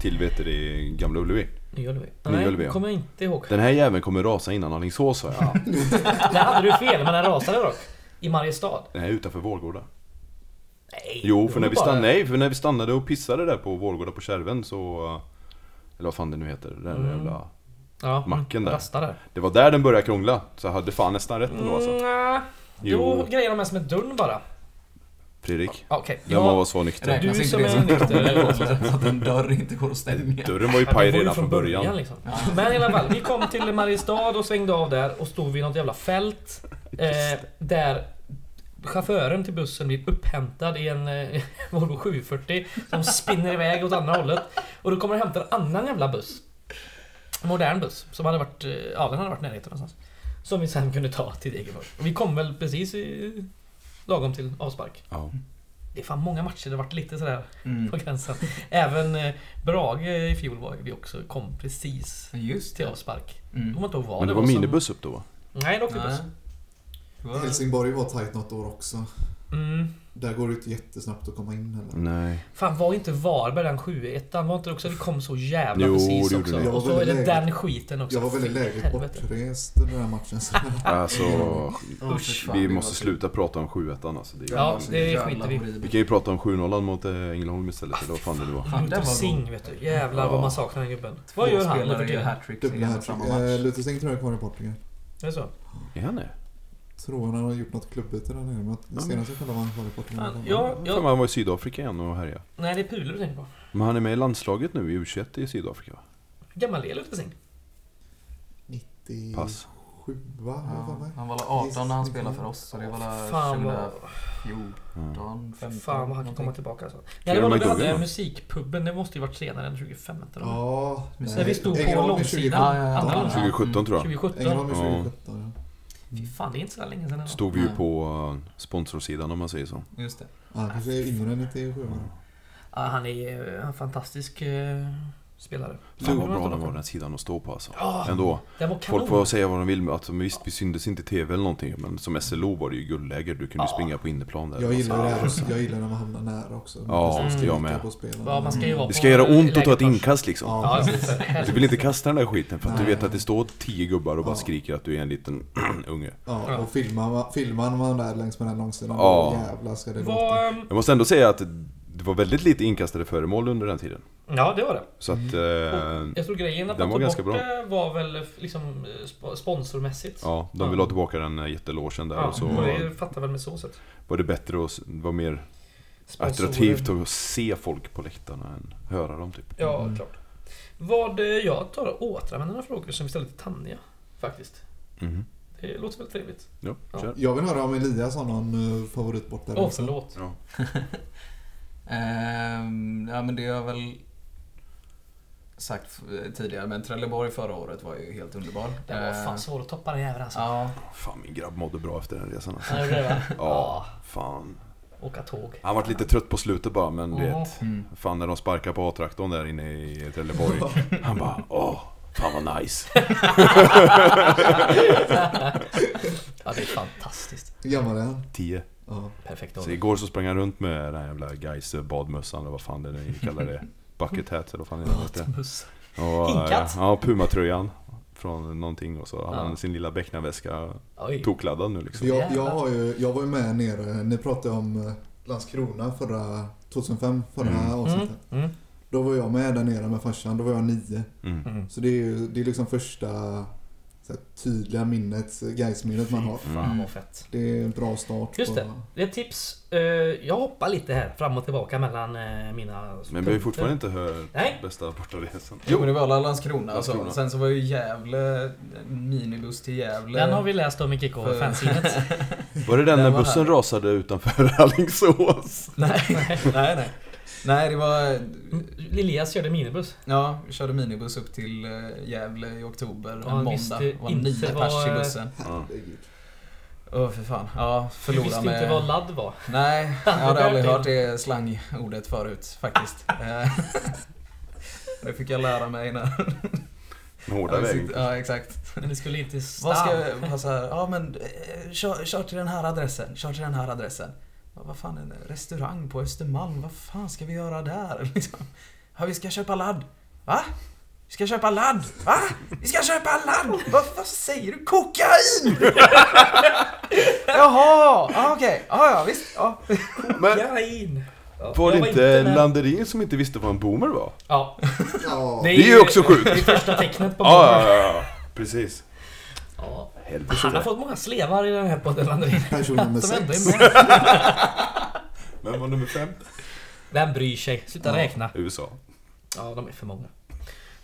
till vet du, det, Gamla Ullevi?
Nya Ullevi.
Nya Ullevi,
Nej,
ja.
kommer jag inte ihåg.
Den här jäveln kommer rasa innan Alingsås sa jag.
Där hade du fel, men den rasade dock. I Mariestad.
Den här är utanför Vårgårda.
Nej,
Jo,
det
för
var
när, vi
bara-
stannade, nej, för när vi stannade och pissade där på Vårgårda på Kärven så... eh, Eller vad fan det nu heter, den
Mm.
jävla...
ja,
macken där.
Rasta där.
Det var där den började krångla, så jag hade fan nästan rätt ändå alltså.
Mm, nja.
Jo.
jo, grejerna mest med dörren bara.
Fredrik,
Okej.
vem av oss var nykter?
Du
Räknas inte
som
det
är
som
nykter, eller vad?
nykter, [laughs] att en dörr inte går att stänga.
Dörren var ju
Ja, det
paj
var ju
redan från början.
liksom. Men i alla fall, vi kom till Mariestad och svängde av där och stod vid något jävla fält. Eh, där chauffören till bussen blir upphämtad i en eh, [laughs] Volvo 740 som spinner iväg åt andra hållet. Och då kommer det hämta en annan jävla buss. En modern buss som hade varit, eh, ja den hade varit i närheten någonstans. Som vi sen kunde ta till Degerfors. Och Vi kom väl precis i, lagom till avspark.
Ja.
Det är fan många matcher det varit lite sådär
Mm.
på gränsen. Även eh, Brage i fjol var vi också, kom precis
Just
till
det.
avspark. Jag
Mm.
kommer inte ihåg vad
Men det var
som-
minibuss upp då va?
Nej, det åkte
Nej.
buss.
Det var-
Helsingborg var tajt något år också.
Mm.
Där går det inte jättesnabbt att komma in heller.
Nej.
Fan var inte Varberg den 7-1an? Var inte det också? Det kom så jävla
Jo,
precis
det gjorde
också.
det.
Och
Jag
så
var
är det
väldigt
den
lägligt.
skiten också.
Jag var väldigt
Fy
lägligt
helvete.
bortrest under den här matchen. Så
Alltså,
Åh,
Usch,
för fan,
vi
det var
måste
så-
sluta prata om 7-1 alltså. Det är...
Ja, det
jävla
skiter vi i.
Vi
horribelt.
kan ju prata om 7-0 mot eh, Ängelholm istället, eller vad fan det nu var.
Fan, den
Luther
var
Singh vet du. Jävlar vad
Ja.
man saknar den gubben.
Två
Vad gör han nu
spelare
för
gör
tiden?
hattrick i
dubbla
en och samma
hattrick. Eh,
match.
Luther Singh tror jag är kvar i Portugal.
Är det så?
Är han det?
Tror han har gjort något klubbyte där nere. Men att- senast jag kollade var han kvar i Portugal.
Fan, ja,
Jag har för mig
ja,
han var i Sydafrika igen och härjade.
nej, det är Pule du tänker på.
Men han är med i landslaget nu i U21 i Sydafrika va?
Hur gammal är Luther Singh?
97
Mm.
Pass.
va? har jag för
Ja,
mig.
han var väl 18 när han spelade för oss, så det var
Fan vad...
väl 2014, 15
Fan vad han kan komma
någonting.
tillbaka alltså. Ja,
Flera
det var nog
med
den
Duggen,
hade
va?
musikpubben, det måste ju varit senare än 2015. eller?
Ja,
När
När
nej.
vi stod på
Ängelholm är
långsidan.
2017.
Ja, ja, ja.
andra långsidan.
2017 tror jag.
2017.
Ängelholm är
Ja.
2017 ja.
Fy fan, det är inte så där länge sedan. ändå.
Stod vi ju på eh, sponsorsidan om man säger så.
Just det.
Ja, Han kanske är yngre än 97 va?
Ja, han är eh, en fantastisk eh, spelare.
Fan vad
Ja,
bra den var den här sidan att stå på alltså.
Ja,
Ändå.
den var kanon.
Folk får säga vad de vill, men alltså, visst vi syndes inte i TV eller någonting men som SLO var det ju guldläge, du kunde ju springa på inneplan där.
Jag gillar ju det här. Jag gillar när man hamnar nära också.
Ja,
Man ska
jag
lita
med.
på spelarna.
Ja, man ska ju vara
Det
på
ska göra ont att ta
läget
ett inkast liksom.
Ja.
Ja, precis.
Du [laughs] vill inte kasta den där skiten för att du
Nej.
vet att det står tio gubbar och bara
Ja.
skriker att du är en liten [clears throat] unge.
Ja, och filmar man, filmar man där längs med den långsidan,
Ja.
då jävlar ska det låta.
Vad, ehm,
Jag måste ändå säga att det var väldigt lite inkastade föremål under den tiden.
Ja, det var det.
Så att... Eh,
Jag tror grejen att man
Den var
tog
ganska
bort
bra.
det var väl liksom eh, sp- sponsormässigt.
ja, de vill ha tillbaka den eh, jättelåsen där
Ja,
och så
och det fattar väl med så sätt.
var det bättre och s- var mer
Sponsorer.
attraktivt att se folk på läktarna än höra dem typ.
Ja, klart. Vad eh, jag tar återanvänder några frågor som vi ställde till Tanja, faktiskt.
Mhm.
Det låter väl trevligt.
Ja,
Ja.
kör.
Jag vill höra om Elias har någon eh, favoritbortaresa.
Åh, förlåt.
Ja.
Ehm, ja, men det har jag väl sagt f- tidigare, men Trelleborg förra året var ju helt underbar.
Det var
Eh.
Ehm,
fan svårt att toppa den jäveln alltså.
Ja,
Fan min grabb mådde bra efter den resan alltså.
Ja, det [laughs] var det, va?
Ja, fan.
Åka tåg.
Han vart lite trött på slutet bara men du
Ja.
vet. Fan när de sparkar på A-traktorn där inne i Trelleborg.
[laughs]
Han bara åh, fan vad nice.
Ja, det är fantastiskt.
Hur gammal är han?
10.
Ja.
Perfekt
Så
ålder.
igår så sprang han runt med den här jävla Gais badmössan eller vad fan det är ni kallar det. Bucket hat eller vad fan är
[laughs]
det heter.
Buss.
Och,
Hinkat.
eh, Ja, Puma-tröjan. Från någonting och så hade
Ja.
han sin lilla becknarväska
Oj.
tokladdad nu liksom.
För jag, jag, har ju, jag var ju med nere, ni pratade om eh, Landskrona förra, 2005, förra
Mm.
avsnittet.
Mm.
Då var jag med där nere med farsan, då var jag nio.
Mm.
Mm.
Så det är ju det är liksom första så här, tydliga minnet, Gais-minnet man har.
Fan vad fett.
Det är en bra start.
Just
på-
Det är ett tips. Eh, Jag hoppar lite här fram och tillbaka mellan eh, mina...
Men vi har
punkter.
ju fortfarande inte hört
Nej.
bästa bortaresan.
Jo, men det var alla Landskrona. Alltså.
Landskrona.
Sen så var ju Gävle, minibuss till Gävle.
Den har vi läst om i Kikko
För-
[laughs]
fansinet.
Var det den
Den
när
var
bussen
härlig.
rasade utanför [laughs] Alingsås?
nej, nej, nej. Nej, det var...
Elias körde minibuss.
Ja, vi körde minibuss upp till eh, Gävle i oktober, en
Ja, han
måndag.
visste
Det var
inte
nio
vad-
pers i bussen.
Ja.
Herregud.
Åh, för fan. Ja,
Du
förlora
visste
med...
inte vad ladd var.
Nej, jag hade
[laughs]
aldrig hört det slangordet förut faktiskt. Eh, [laughs] det fick jag lära mig innan.
Den hårda vägen.
Ja, exakt.
Men det skulle inte stanna.
Vad ska jag, vad så här, ja men eh, kör, kör till den här adressen, kör till den här adressen. Ja, Vad fan, en restaurang på Östermalm, vad fan ska vi göra där? [laughs] Liksom. Ja, vi ska köpa ladd. Va? Vi ska köpa ladd! Va? Vi ska köpa ladd! Vad, vad säger du? Kokain! [laughs] Jaha! Ja, okej. Ja, ja, visst. Ja.
Men
Kokain! Ja,
var
jag
det inte
med.
Landerin som inte visste vad en boomer var?
Ja,
Ja,
Det är ju också
Det är
sjukt!
första tecknet på
[laughs] Ja,
morgonen.
ja, ja, ja. Precis.
Ja. Han har
Helvete.
fått många slevar i den här podden, Landrin.
[laughs] person nummer
De ändå
sex.
är med.
Vem var nummer fem?
Vem bryr sig? Sluta räkna.
USA.
Ja, de är för många.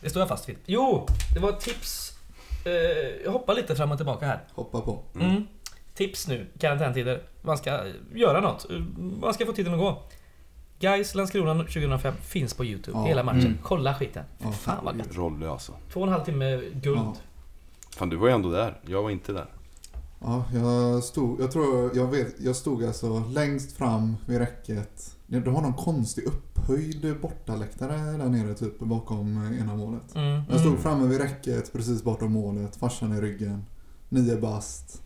Det står jag fast vid. Jo, det var ett tips. Eh, Jag hoppar lite fram och tillbaka här.
Hoppa på.
Mm. Tips nu, karantäntider. Man ska göra något. Man ska få tiden att gå. Guys Landskrona 2005 finns på Youtube,
Ja.
hela matchen.
Mm.
Kolla skiten.
Ja,
Fan vad gött.
Rolle alltså.
Två och en halv timme guld.
Ja.
Fan du var ju ändå där. Jag var inte där.
Ja, jag stod, jag tror, jag vet, jag stod alltså längst fram vid räcket. Ja, De har någon konstig upphöjd bortaläktare där nere typ bakom eh, ena målet.
Mm. Mm.
Jag stod framme vid räcket precis bortom målet, farsan i ryggen, nio bast.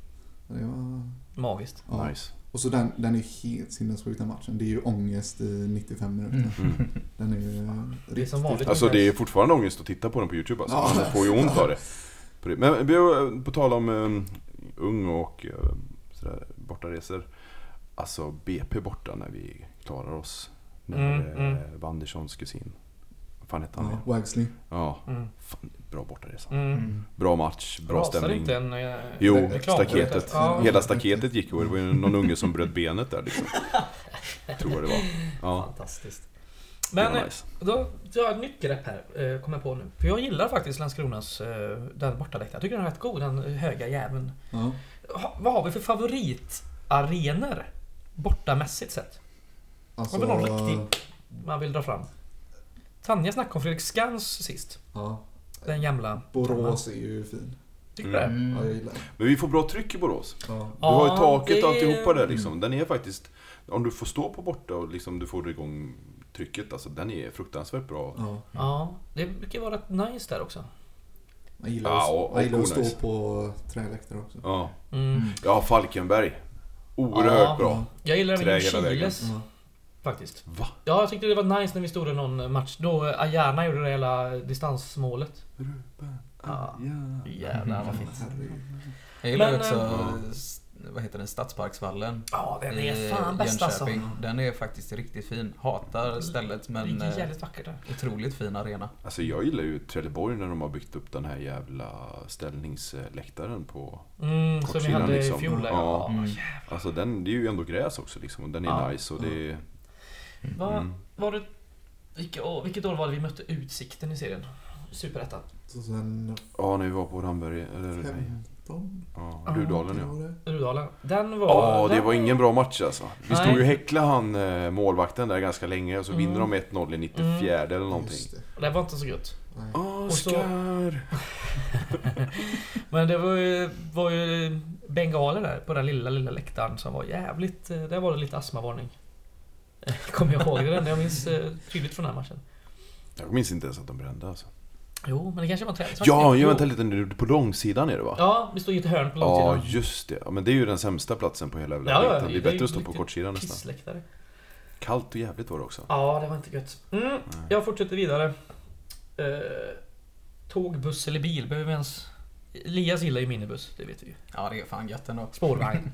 Det var,
Magiskt.
ja.
Nice.
Och så den, den är helt sinnessjuk den matchen. Det är ju ångest i 95 minuter.
Mm.
Den är ju eh,
Det är som vanligt.
Alltså det är fortfarande ångest att titta på den på Youtube alltså.
Ja.
Man får ju ont av det. På det. Men Björn, på tal om um, ung och eh, sådär, bortaresor. Alltså BP borta när vi klarar oss. När
Mm,
mm, Wanderssons kusin. Vad fan hette han?
Ja,
igen?
Wagsley.
Ja.
Mm.
Fan, bra bortaresa.
Mm.
Mm.
Bra match, bra
Rasar
stämning.
inte en... eh,
Jo,
reklam-
staketet.
Ja.
Hela staketet gick och det var ju någon unge som bröt benet
[laughs]
där liksom. Tror jag det var. Ja,
Fantastiskt.
det var
Men eh,
nice.
då drar jag ett nytt grepp här, eh, kommer jag på nu. För jag gillar faktiskt Landskronas eh, den bortaläktaren. Jag tycker den är rätt god, den höga jäveln.
Ja.
Ha, vad har vi för favoritarenor? Bortamässigt sett.
Alltså,
Har vi någon riktig? Man vill dra fram. Tanja snackade om Fredrik Skans sist.
Ja,
Den gamla.
Borås är ju fin.
Tycker du det?
Ja, jag gillar den.
Men vi får bra tryck i Borås.
Ja.
Mm. Du har ju
Ja,
taket
det-
och alltihopa där liksom. Den är faktiskt... Om du får stå på borta och liksom du får igång trycket, alltså den är fruktansvärt bra.
Ja.
Ja, det brukar vara rätt nice där också.
Jag gillar,
Ja,
att-
och- och
jag gillar att stå
Kornhöjs.
på träläktare också.
Ja,
Mm.
ja Falkenberg. Oerhört
Ja.
bra.
Jag gillar den
Trä
i
hela vägen.
Chiles
Ja.
faktiskt.
Va?
Ja, jag tyckte det var nice när vi stod i någon match. Då eh, Ayana gjorde det hela distansmålet. Ja. Jävlar vad fint.
Herregud.
Jag gillar
Men,
också,
eh,
s- vad heter den, Stadsparksvallen.
Ja, den är
i
fan bäst alltså.
Jönköping. Den är faktiskt riktigt fin. Hatar stället men
det är
eh,
jävligt vackert där.
otroligt fin arena.
Alltså jag gillar ju Trelleborg när de har byggt upp den här jävla ställningsläktaren på...
Mm, som vi
Kortsidan
hade i
liksom.
fjol där. Ja.
Ja.
Mm.
Alltså den, det är ju ändå gräs också liksom och den är
Ja.
nice och det är...
Va,
Mm.
var det, vilket, år, vilket år var det vi mötte Utsikten i serien? Superettan.
2015?
Ja, när vi var på Ramberg, eller nej. Ja,
Ja.
Rudalen ja.
tror jag det.
Rudalen. Den var...
Ja, det
den-
var ingen bra match alltså. Vi
Nej.
stod ju och häcklade han eh, målvakten där ganska länge och så
Mm.
vinner de 1-0 i 94 eller någonting. Ah,
Just det.
Det var inte så gött. [laughs]
Nej.
Oskar!
Men det var ju, var ju bengaler där på den lilla, lilla läktaren som var jävligt... eh, Där var det lite astmavarning. [laughs] Kommer jag ihåg det? den? Jag minns eh, tydligt från den här matchen.
Jag minns inte ens att de brände alltså.
Jo, men det kanske var en träningsmatch.
Ja, jag väntar lite nu. På långsidan är det va?
Ja, vi stod i ett hörn på
Ja,
långsidan.
just det. Ja, men det är ju den sämsta platsen på hela jävla
Ja, ja,
skiten.
det
Det är
är ju
bättre att stå på
riktigt
kortsidan nästan.
Pissläktare.
Kallt och jävligt var det också.
Ja, det var inte gött. Mm, jag fortsätter vidare. Eh, tåg, buss eller bil? Behöver vi ens... Elias gillar ju minibuss, det vet vi ju.
Ja, det är fan gött ändå.
[laughs]
Spårvagn.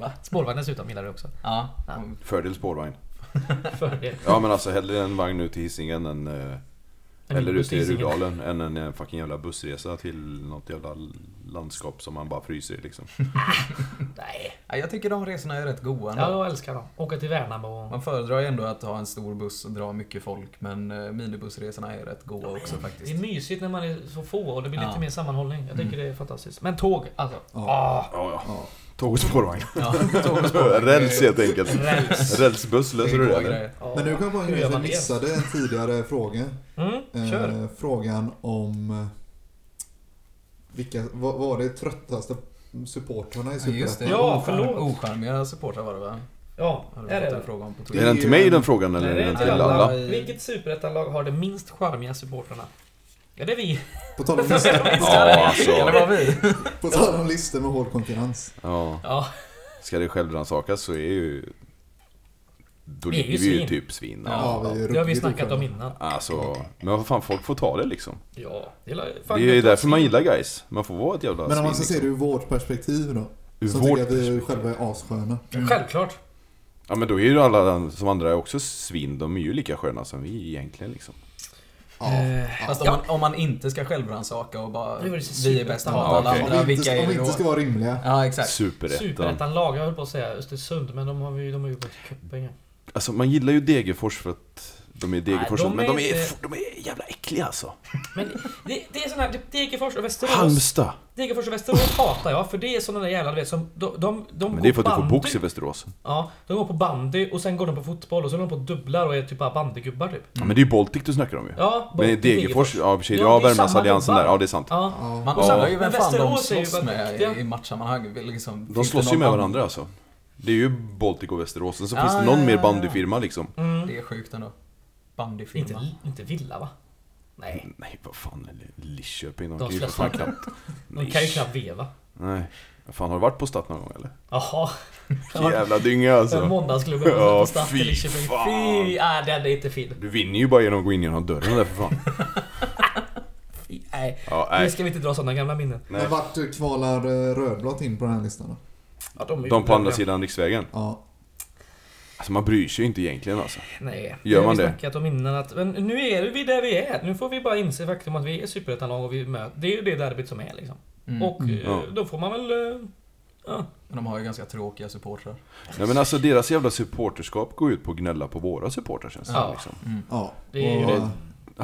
Va?
Spårvagn dessutom gillar det också.
Ja.
Ja.
Fördel spårvagn.
Fördel.
Ja men alltså hellre en vagn ut till Hisingen än, eh, eller ut till
Precis.
Rudalen än en eh, fucking jävla bussresa till något jävla landskap som man bara fryser i liksom.
Nej.
Ja, Jag tycker de resorna är rätt goa ändå.
Ja, jag älskar dem. Åka till Värnamo. och-
Man föredrar ju ändå att ha en stor buss och dra mycket folk men eh, minibussresorna är rätt goa också
Det är
faktiskt.
mysigt när man är så få och det blir lite
Ja.
mer sammanhållning. Jag tycker det är fantastiskt. Men tåg, alltså. Ah,
Mm. Ja, ja.
Ja.
Tåg och spårvagn.
Ja,
[laughs] Räls helt enkelt.
räls.
Rälsbuss, löser du det eller?
eller?
Ja.
Men nu kan jag på en grej som
Hur
jag
man det?
missade en tidigare fråga.
Mm, kör.
Eh, frågan om eh, vilka, vad vad var det tröttaste supportrarna i
Ja, just det.
Superettan?
Ja,
Ocharm-
förlåt.
Ocharmiga supportrar var det va?
Ja,
Har du
är
fått en
det.
fråga om på Twitter?
Är den till mig den frågan eller
Nej,
är
det är
den
inte
till alla?
alla.
Vilket superettanlag har de minst charmiga supportrarna? Ja, det är vi.
På tal om listor,
Ja, alltså.
Eller var vi?
på tal om listor med hård konkurrens.
Ja.
Ja,
Ska det självrannsakas så är ju... Då
Vi är ju
ligger vi ju
svin.
typ svin.
Ja, vi är
det har vi
ruggigt
snackat om
osköna.
innan.
Alltså, men vad fan, folk får ta det liksom.
Ja, det är,
Det är ju därför man gillar guys. Man får vara ett jävla
Men om man ska
svin. liksom.
se det ur vårt perspektiv då.
Ur
så
vårt
tycker jag att vi själva är assköna.
Självklart.
Ja men då är ju alla som andra är också svin, de är ju lika sköna som vi egentligen liksom.
Ja.
Eh,
Fast om,
Ja.
man, om man inte ska självrannsaka och bara
Det var ju så
vi är bäst av
superettan.
alla
Ja, okej.
andra,
Om vi
vilka
inte,
är
om vi
det
inte ska
då?
vara rimliga.
Ja exakt.
Superettan.
Superettanlag, jag höll på att säga Östersund, men de har ju, de har ju gått i cupen. ja.
Alltså man gillar ju Degerfors för att de är Degerfors,
Nej, de
men
är
de är,
inte-
de är jävla äckliga alltså.
Men det, det är sån här, det- Degerfors och Västerås.
Halmstad!
Degerfors och Västerås hatar jag, för det är såna där jävlar du vet som... De, de, de
Men det är för
går
att du får
bandy.
box i Västerås.
Ja, de går på bandy och sen går de på fotboll och så håller de på och dubblar och är typ bara bandygubbar typ.
Ja men det är ju Baltic du snackar om ju.
Ja,
men Degerfors, ja i och för sig, ja
det är ju
Värmlandsalliansen
samma
där,
gubbar.
ja det är sant.
Ja.
Ja.
Man
Ja.
undrar ju vem
Men
fan de
Västerås är ju
slåss
väldigt
med
duktiga.
i matchsammanhang. Vi Liksom,
De
finns det
slåss ju
någon
med
annan-
varandra alltså. Det är ju Baltic och Västerås, sen så
Ja,
Ah,
finns det någon
ja,
mer
ja, ja.
bandyfirma liksom.
Mm.
Det är sjukt ändå.
Inte,
Bandyfirma.
inte Villa va? Nej.
Nej vad fan, eller Lidköping, de
De
kan ju för
slåss
fan knappt...
De kan ju knappt veva.
Nej. Fan har du varit på Stadt någon gång eller? [laughs]
Jaha.
Jävla dynga
En
alltså.
måndagsgubbe på
Ja,
på Stack i
fy
Lidköping.
fan.
Fy! Nej, den är inte fin.
Du vinner ju bara genom att gå in genom dörren där för fan.
Fy, Nej,
Ja,
nu
nej.
ska vi inte dra sådana gamla minnen.
nej.
Men vart kvalar eh, rödblått in på den här listan då?
Ja, de, är ju
De på andra
glömda.
sidan riksvägen.
Ja.
Alltså man bryr sig ju inte egentligen alltså.
Nej,
Gör man
det? har
det?
vi snackat om innan att, men nu är vi där vi är. Nu får vi bara inse faktum att vi är superettanlag och vi möter. Det är ju det derbyt som är liksom.
Mm.
Och eh,
Ja.
då får man väl... eh, Ja.
Men de har ju ganska tråkiga supportrar.
Nej men alltså deras jävla supporterskap går ut på att gnälla på våra supportrar känns det
Ja.
som, liksom.
ja.
Det är ju
Och
det.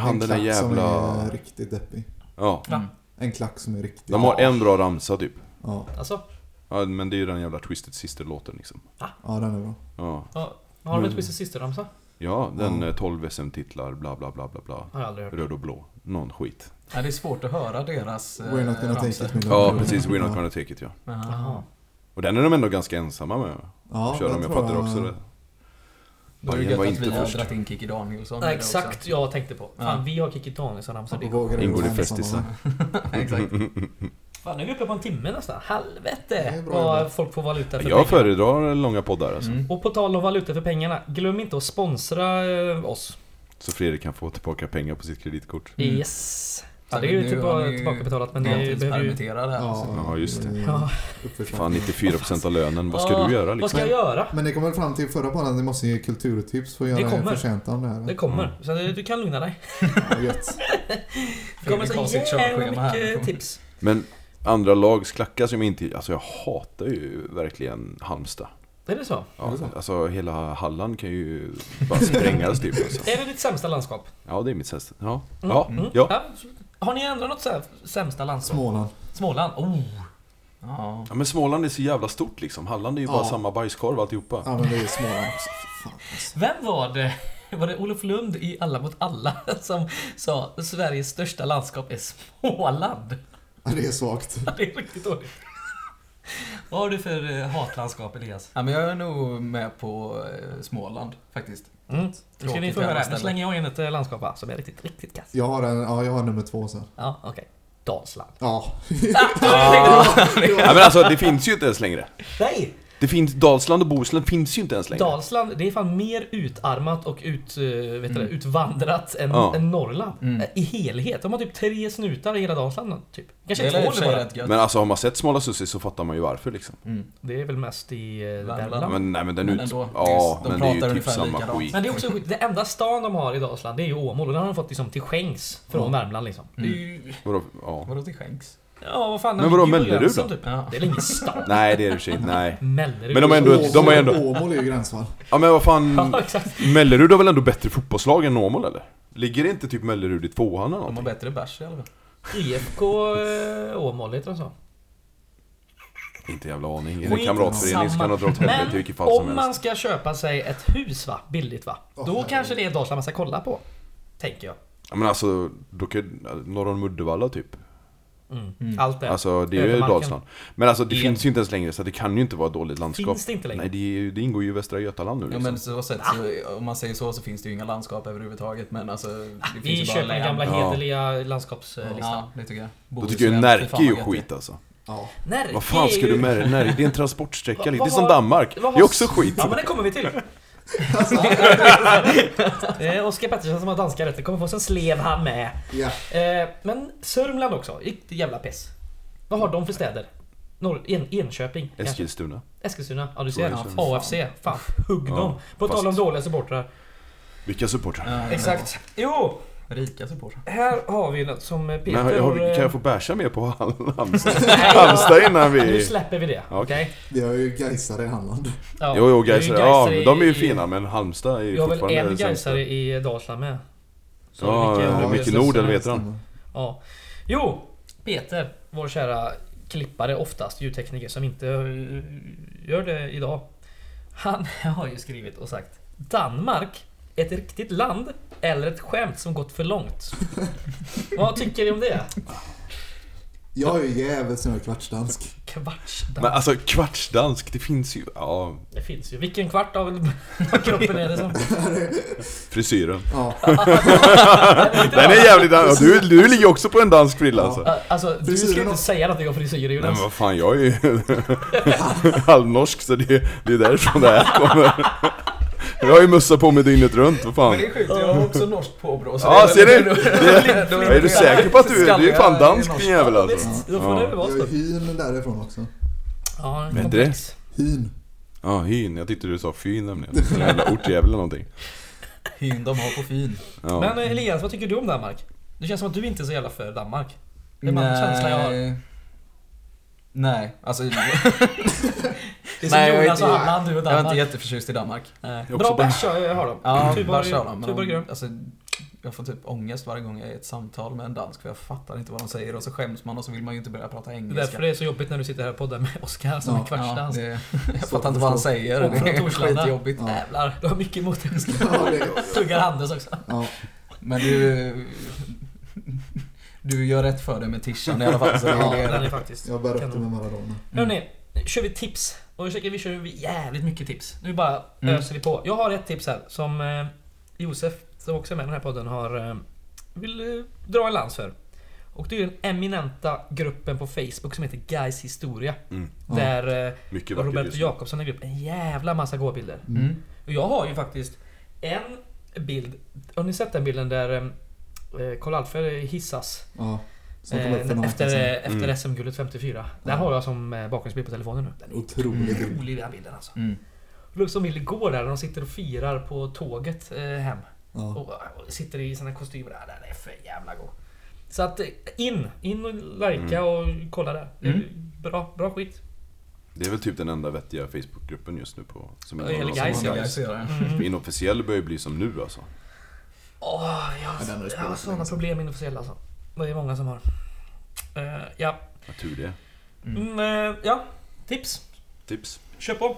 Han den där
klack som
jävla...
är riktigt deppig.
Ja.
Ja.
En klack som är riktigt...
De har en bra ramsa typ.
Ja,
Alltså,
Ja, men det är ju den jävla Twisted Sister-låten liksom.
ja den är bra.
Ja.
ja,
Mm.
har de ett Twisted Sister-ramsa?
Ja, den eh, 12 SM-titlar, bla bla bla bla bla.
Har jag aldrig hört.
Röd och blå. Någon skit.
Ja, det är svårt att höra deras eh,
We're not gonna take
ramsor.
it Miller.
Ja, precis. We're not gonna take it ja.
Jaha.
Jaha.
Och den är de ändå ganska ensamma med.
Ja,
Kör
den
de, jag
tror
fattar också det.
Då är det
Bayern
gött
var
att
inte
vi har
först.
dragit in Kikki Danielsson. i
Nej,
det
exakt jag tänkte på. Fan,
Ja.
vi har Kikki Danielsson ramsa. Det
Och
går
vågar det
Ingår i
vara samma
festisar.
sak.
också. [laughs] exakt.
Mm.
Fan, nu är vi uppe på en timme nästan.
Det
Helvete!
är bra
Vad
jobbat.
folk får valuta för
Jag föredrar långa poddar alltså.
Mm.
Och på tal om valuta för pengarna, glöm inte att sponsra eh, oss.
Så Fredrik kan få tillbaka pengar på sitt kreditkort.
Mm.
Yes! Ja,
Så
det är ju
nu
typ
har
bara
ni ju
tillbakabetalat men det är ju- behöver ju...
Deltidspermitterad här.
Ja,
alltså.
Ja, just det.
eh,
Ja.
uppförsbacke.
Fan 94% av lönen, vad ska
Ja,
du göra
Vad
liksom?
ska jag göra?
Men det kommer väl fram till förra podden, det måste ge kulturtips för att
Det
göra en
kommer.
förtjäntan där.
Det kommer, så det- du kan lugna dig.
Ja, gött.
Det kommer
Fredrik har
så
sitt
jävla
körschema här.
mycket tips.
Men andra lags klackar som inte... Alltså jag hatar ju verkligen Halmstad.
Är det så?
Ja, alltså hela Halland kan ju bara sprängas typ. Alltså.
Är det ditt sämsta landskap?
Ja, det är mitt sätt. Ja,
Mm.
ja,
Mm.
ja.
absolut. Har ni ändrat något så här sämsta landskap?
Småland.
Småland? Oh!
Ja.
ja men Småland är så jävla stort liksom. Halland är ju bara
Ja.
samma bajskorv alltihopa.
Ja men det är Småland. Fan, alltså.
Vem var det? [laughs] Var det Olof Lund i Alla mot alla [laughs] som sa Sveriges största landskap är Småland? [laughs]
Ja, det är svagt.
Ja, Det är riktigt dåligt. Vad har du för eh, hatlandskap Elias?
ja, men jag är nog med på eh, Småland faktiskt.
Mm. Nu ska ni
Tråkigt
få höra.
jävla
här. Nu
ställe.
slänger jag in ett eh, landskap va, som är riktigt, riktigt kass.
Jag har, en, ja, jag har nummer två sen.
Ja, okej. Dalsland.
Ja.
Ah, jag tänkte-
Ja, men alltså det finns ju inte ens längre.
Nej!
Det finns, Dalsland och Bohuslän finns ju inte ens längre.
Dalsland, det är fan mer utarmat och ut, eh, vet du, det,
Mm.
utvandrat än,
Ja.
än Norrland.
Mm.
Eh, I helhet. De har typ tre snutar i hela Dalsland. Typ.
Det
Kanske
är i
två
och för
nu
sig
bara.
rätt gött.
Men alltså har man sett Smala Sussie så fattar man ju varför liksom.
Mm.
Det är väl mest i eh,
Värmland.
Värmland.
Men nej men den
Men
ut...
ändå,
ja,
de
men det är ju
pratar
typ
ungefär
samma
likadant.
skit.
Men det är också skit. Det enda stan de har i Dalsland, det är ju Åmål. Och den har de fått liksom till skänks från
Ja.
Värmland liksom.
Mm.
Det är ju-
Vadå? Ja.
Vadå till skänks?
Ja, vad fan.
Men
den
vadå,
ligger ju på
Mellerud
gränsen,
då?
Typ.
Ja.
Det är väl ingen stad?
Nej det är det i och för sig inte, nej.
Mellerud.
Men de har ändå ett- de har ändå-
Åmål är ju gränsfall.
Ja men vad fan,
Ja, exakt.
Mellerud har väl ändå bättre fotbollslag än Åmål eller? Ligger inte typ Mellerud i tvåan eller
De har
någonting?
bättre bärs i alla fall.
IFK eh, Åmål heter de så.
Inte jävla aning. En
Skitsamma.
kamratförening som kan ha dra åt helvete i
Men
vilket fall som
om
helst.
man ska köpa sig ett hus va, billigt va.
Åh,
Då
herregud.
kanske det är Dalsland man ska kolla på. Tänker jag.
Ja, men alltså, då kan, norr om Uddevalla typ.
Mm.
Mm.
Allt det.
Alltså det är ju
Övermarken.
Dalsland. Men alltså det
Det-
finns ju inte ens längre så det kan ju inte vara ett dåligt landskap.
Finns det inte längre?
Nej det, är ju- det ingår ju i Västra Götaland nu
Ja,
liksom.
men så sett, så, om man säger så, så finns det ju inga landskap överhuvudtaget. Men alltså, det finns
Ah, Vi
ju bara
köper den
län.
[laughs] gamla
Ja.
hederliga landskapslistan.
Ja, det tycker jag.
Då tycker jag Närke är ju skit alltså.
Ja.
Närke
Vad fan ska
är ju-
du med Närke? Det är en transportsträcka.
[laughs] Vad-
Det är
vad
som
har-
Danmark. Det
vad
är
har-
också skit.
Ja men det kommer vi till. [laughs] Eh, Oskar Pettersson som har danska rätter kommer få sig en slev han med.
Ja.
Eh, Men Sörmland också, riktigt jävla piss. Vad har de för städer? Norr, en, Enköping? kanske?
Eskilstuna.
Eskilstuna? Ja du
Tror
ser.
jag
Ja,
Sörmland.
AFC. Fan, hugg
Ja,
dem. På
fast-
tal om dåliga supportrar.
Vilka supportrar?
Exakt. Jo,
Rika supportrar.
här har vi något som Peter...
Men har, har, vi-
eh,
kan jag få bärsa mer på Halmstad?
Nej,
Halmstad innan
Nu
vi...
släpper vi det.
Ja,
Okej?
okej.
Vi har ju Gaisare i Halland.
Ja,
Jo, jo,
det är ju
Gaisare. Ja,
Gaisare
de är ju
i-
fina men Halmstad är ju
Jag har väl
fortfarande
en
det sämsta.
Gaisare i Dalsland med. Så
Ja,
mycket-
eller
just
mycket
det,
Nord eller
stämmer.
vet han?
Ja. Jo, Peter, vår kära klippare oftast, ljudtekniker som inte eh, gör det idag. Han [laughs] har ju skrivit och sagt Danmark, ett riktigt land eller ett skämt som gått för långt? Vad tycker ni om det?
Jag är ju jävligt snö kvartsdansk.
Men
Kvartsdansk.
alltså kvartsdansk, det finns ju... Ja,
Det finns ju. Vilken kvart av [laughs] kroppen är det som... [laughs]
frisyren.
[laughs]
Ja.
Den är jävligt dansk. Du, du ligger också på en dansk frilla alltså.
Ja, Alltså, du ska
Frisyren
inte
och-
säga någonting om frisyrer
Nej
Jonas.
men vad fan, jag är ju [laughs] halvnorsk så det, det är därifrån det här kommer. Jag har ju mössa på mig dygnet runt, vad
Men det
fan.
är sjukt, jag har också norskt påbrå. så
Ja,
det
ser du?
väl-
Det,
[laughs] då-
är du säker på att du, du är ju fan
Skalliga i
dansk
norskt.
din jävel alltså?
Visst, då får
Ja.
det väl
Jag
vara
är
så.
hyn därifrån också.
Ja,
Men
komplex.
Hyn.
Ja, hyn. Jag tyckte du sa fyn nämligen. En jävla ortjävel eller någonting.
Hyn de har på fin.
Ja.
Men eh, Elias, vad tycker du om Danmark? Det känns som att du inte är så jävla för Danmark. Det är bara en känsla jag har.
Nej, alltså jag
Det är
Nej, jag
som
är
Jonas och
inte-
Allan, du och
är inte
Danmark.
jätteförtjust i Danmark.
Nej.
är
Bra
också bara-
bärs har jag- har de.
Ja,
Tuborg-
bärs har de, men
Tuborg grön.
de, alltså, jag får typ ångest varje gång jag är i ett samtal med en dansk för jag fattar inte vad de säger och så skäms man och så vill man ju inte börja prata
Det är
engelska.
därför det är så jobbigt när du sitter här och poddar med Oskar som
Ja,
är kvartsdans.
Ja, det, [laughs] jag fattar inte vad han säger.
Och
Det
från
är
Torslanda.
skitjobbigt.
Ja.
Jävlar, du har mycket emot dig Oskar.
Ja, det,
Tuggar Handels också.
ja.
Men du... Du gör rätt för dig med tishan i alla fall. Så det
Ja,
är
Den är
det.
faktiskt...
Jag bär upp det
kanon.
med Maradona.
Hörrni, nu kör vi tips. Och ursäkta, vi kör ju jävligt mycket tips. Nu bara
Mm.
öser vi på. Jag har ett tips här som eh, Josef, som också är med i den här podden, har eh, vill eh, dra en lans för. Och det är ju den eminenta gruppen på Facebook som heter Guys Historia.
Mm.
Där eh,
Mycket vackert
Roberto
just nu.
Jakobsson lägger upp en jävla massa gåbilder.
Mm.
Och jag har ju faktiskt en bild. Har ni sett den bilden där eh, Karl-Alfred hissas?
Ja. Som kommer upp för
Eh,
några
efter
veckor sedan.
eh, efter
Mm.
SM-guldet 54. Den
Ja.
har jag som eh, bakgrundsbild på telefonen nu. Den är
Otroligt mm.
Rolig den bilden alltså.
Mm.
Det var som bild igår där, de sitter och firar på tåget eh, hem.
ja.
Och, och sitter i sina kostymer. Ah, Den är för jävla god. Så att eh, in, in och likea
Mm.
och kolla där. Det är
Mm.
Bra, bra skit.
Det är väl typ den enda vettiga Facebookgruppen just nu på... Som
Ja, eller
någon
Gais,
som-
ja.
Jag ser det.
För Inofficiell börjar ju bli som nu alltså.
Åh, jag,
Ja, den har
har-
du
jag
spelat
har
så
sådana
länge sedan.
problem inofficiella alltså. Det är många som har. Eh, ja.
Ja, Tur det.
Mm. eh, ja, tips.
Tips.
Kör på.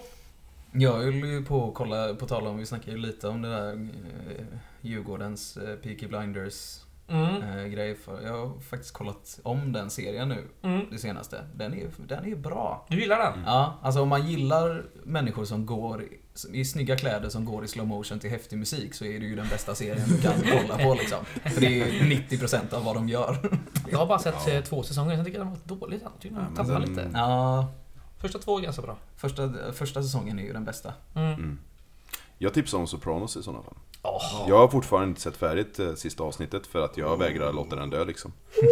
Jag höll ju på att kolla, på tal om, vi snackade ju lite om det där eh, Djurgårdens eh, Peaky Blinders
Mm.
eh, grej. För jag har faktiskt kollat om den serien nu,
Mm.
det senaste. Den är ju den är ju bra.
Du gillar
Mm.
den?
Ja, alltså om man gillar människor som går i, i snygga kläder som går i slow motion till häftig musik så är det ju den bästa serien du kan kolla på liksom. För det är ju 90% av vad de gör.
Jag har bara sett
Ja.
eh, två säsonger, sen tycker jag den var dålig. sen. Jag tycker
Ja,
Den
men
tappar
den-
lite.
Ja,
Första två är ganska bra.
Första, första säsongen är ju den bästa.
Mm.
Mm. Jag tipsar om Sopranos i sådana fall.
Åh,
Jag har fortfarande inte sett färdigt eh, sista avsnittet för att jag vägrar låta den dö liksom. Det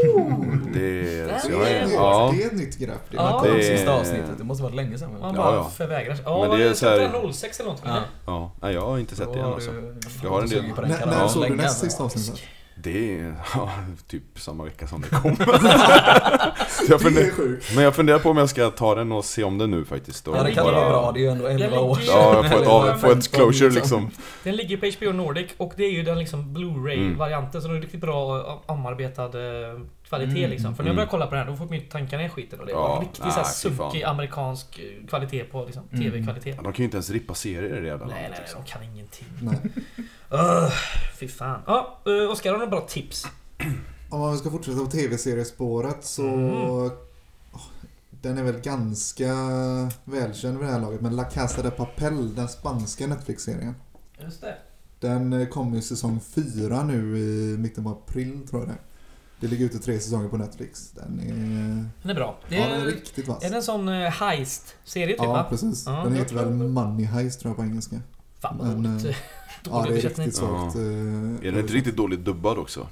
är... Så
Det
jag
är,
är ja.
Alltså, det är ett nytt grepp. Det.
Ja.
Det
Det-
sista avsnittet, det måste vara länge sedan.
Man
va?
Ja,
bara
ja.
förvägrar sig. Ja,
Men
var
det är
det
så här-
06 eller något?
Ja.
Ja.
ja. Nej, jag har inte sett det än alltså. Jag har en del-
N- när såg du näst sista avsnittet?
[laughs]
Det är [laughs] ja, typ samma vecka som det kom. [laughs] Så jag
Det är
funder...
sjukt.
Men jag funderar på om jag ska ta den och se om den nu faktiskt. Och
Ja, det kan
bara-
vara bra. Det är ju ändå 11 år sedan.
Ja, jag får ett, av, får ett
Femton,
closure liksom.
Den ligger på HBO Nordic och det är ju den liksom
Mm.
Blu-ray-varianten så den är riktigt bra eh, omarbetad eh, kvalitet
Mm.
liksom. För när jag
Mm.
började kolla på den här då får min tankar ner i skiten och det var
Ja,
en riktig
nej,
så här
fy fan.
sunkig amerikansk eh, kvalitet på liksom,
Mm.
TV-kvalitet.
Ja, de kan ju inte ens rippa serier i det jävla
Nej, nej,
landet.
nej,
Liksom.
de kan ingenting.
Nej.
Uh, fy fan. Ja, uh, Oskar har du några bra tips?
Om man ska fortsätta på tv-seriespåret så...
Mm.
Åh, Den är väl ganska välkänd vid det här laget, men La Casa de Papel, den spanska Netflix-serien.
Just det.
Den eh, kom i säsong 4 nu i mitten på april tror jag det är. Det ligger ute tre säsonger på Netflix. Den är,
Den är bra. Det
ja, den är
är,
riktigt vass.
är det en sån eh, heist-serie typ
Ja,
va?
precis.
Ja,
Den
jag
heter
tror
väl
det.
Money Heist tror jag på engelska.
Fan vad
Men,
dåligt. [laughs]
eh,
Dålig
Ja, det är
översättning.
riktigt svagt.
Ja.
eh,
Är den inte riktigt dåligt dubbad också?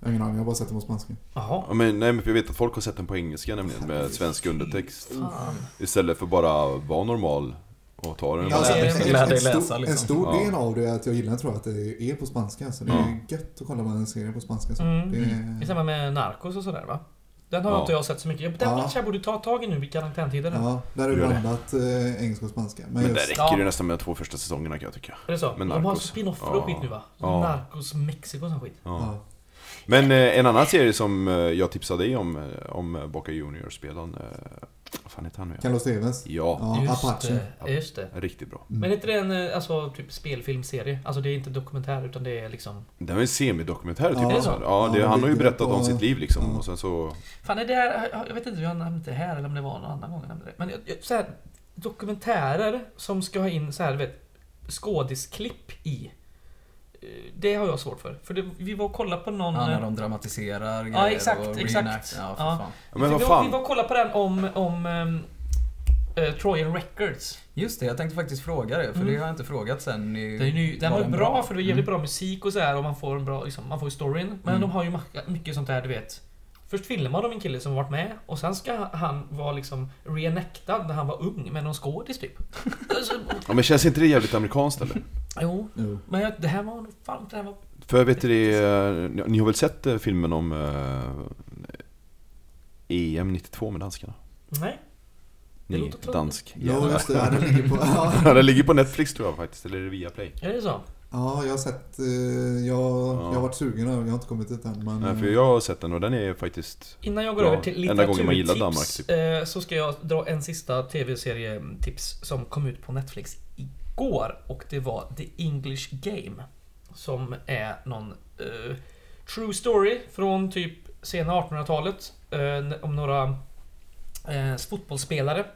Jag har ingen aning, jag har bara sett den på spanska.
Jaha.
Ja, men, nej, men för jag vet att folk har sett den på engelska nämligen med svensk undertext.
Mm.
Fan.
Istället för bara vara normal och ta den.
Ja,
Alltså,
det är-
en- en-
lär dig
en stor-
läsa, liksom.
En stor
Ja. Mm.
del av det är att jag gillar tror jag att det är på spanska. Så det är
Ja.
gött att kolla på en serie på spanska. Så.
Mm.
Det
I
är,
samband med Narcos och sådär va? Den har
Ja.
inte jag sett så mycket. Jag- Den
Ja.
kanske jag borde ta tag i nu vid karantäntiden.
ja, där är
Gör det.
blandat eh, engelska och spanska. Men,
Men
just,
där räcker det nästan med de två första säsongerna kan jag tycka.
Är det så?
Men
De har
Narcos.
spin-offer och
Ja.
skit nu va?
Ja.
Narcos Mexiko och sån skit.
Ja.
ja.
Men eh, en annan serie som eh, jag tipsade dig om, eh, om eh, Boca Junior-spelaren. Eh, vad fan heter han nu? igen?
Carlos Tevez.
Ja,
Ja,
just,
Apache.
det, just det.
riktigt bra.
Men är inte det en eh, alltså, typ spelfilmserie? Alltså det är inte dokumentär utan det är liksom...
Den var en semidokumentär typ.
Ja.
Ja,
Är det så?
ja det,
Ja,
han har ju
lite
berättat
på-
om sitt liv liksom.
Ja.
Och sen så...
Fan är det här, jag- jag vet inte hur jag nämnde det här eller om det var någon annan gång jag nämnde det. Men jag, jag, så här, dokumentärer som ska ha in så här, du vet, skådisklipp i. eh, Det har jag svårt för. För det, vi var och kollade på någon...
Ja,
eh,
när de dramatiserar
Ja, exakt, exakt.
reenact. Ja, för
Ja.
fan.
Ja, men
vi,
vad
var- vi var
fan.
och kollade på den om, om ehm, eh, Trojan Records.
Just det, jag tänkte faktiskt fråga det, för
Mm.
det har jag inte frågat sen. i-
Den, är ju, den var, bra, för det var jävligt
Mm.
bra musik och så här och man får en bra, liksom, man får ju storyn. Men
Mm.
de har ju ma- mycket sånt där du vet. Först filmar de en kille som varit med och sen ska han vara liksom reenactad när han var ung med någon skådis typ. alltså,
Ja, men känns inte det jävligt amerikanskt eller?
jo,
Jo.
men jag, det här var nog fan det här var...
För vet du det, eh, ni- ni har väl sett eh, filmen om eh, EM 92 med danskarna?
Nej. Det
Ni,
låter tråkigt.
dansk
Ja,
jävlar.
just det. Ja, den ligger
[laughs]
på... Ja,
Ja, den ligger på Netflix tror jag faktiskt, eller är det Viaplay?
Är det så?
ja jag har sett... eh, Jag, jag har varit sugen över jag har inte kommit dit än. Men, eh,
Nej, för jag har sett den och den är faktiskt...
Innan jag går
Ja,
över till
enda gången man gillar
litteraturtips
Danmark, typ.
eh, så ska jag dra en sista tv-serietips som kom ut på Netflix igår och det var The English Game som är någon eh, true story från typ sena 1800-talet eh, n- om några eh, fotbollsspelare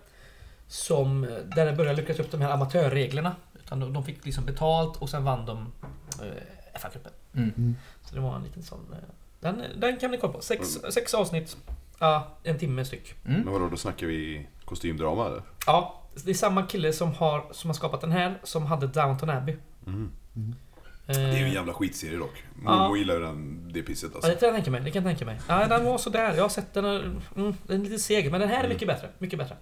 som eh, där det började luckras upp de här amatörreglerna utan de, de fick liksom betalt och sen vann de eh, FA-cupen.
Mm.
Så det var en liten sån... eh, Den, den kan ni kolla på. Sex,
Mm.
sex avsnitt. Ja, en timme styck.
Men vadå, då snackar vi kostymdrama eller?
Ja, det är samma kille som har, som har skapat den här som hade Downton Abbey.
Mm. Det är ju en
Eh,
jävla skitserie dock.
Ja.
Mormor gillar ju den, det pisset
Ja, det
alltså.
kan jag tänka mig. Det kan jag tänka mig. Ja, den var sådär. Jag har sett den. och- Mm, den är lite seg, men den
Mm.
här är mycket bättre. Mycket bättre.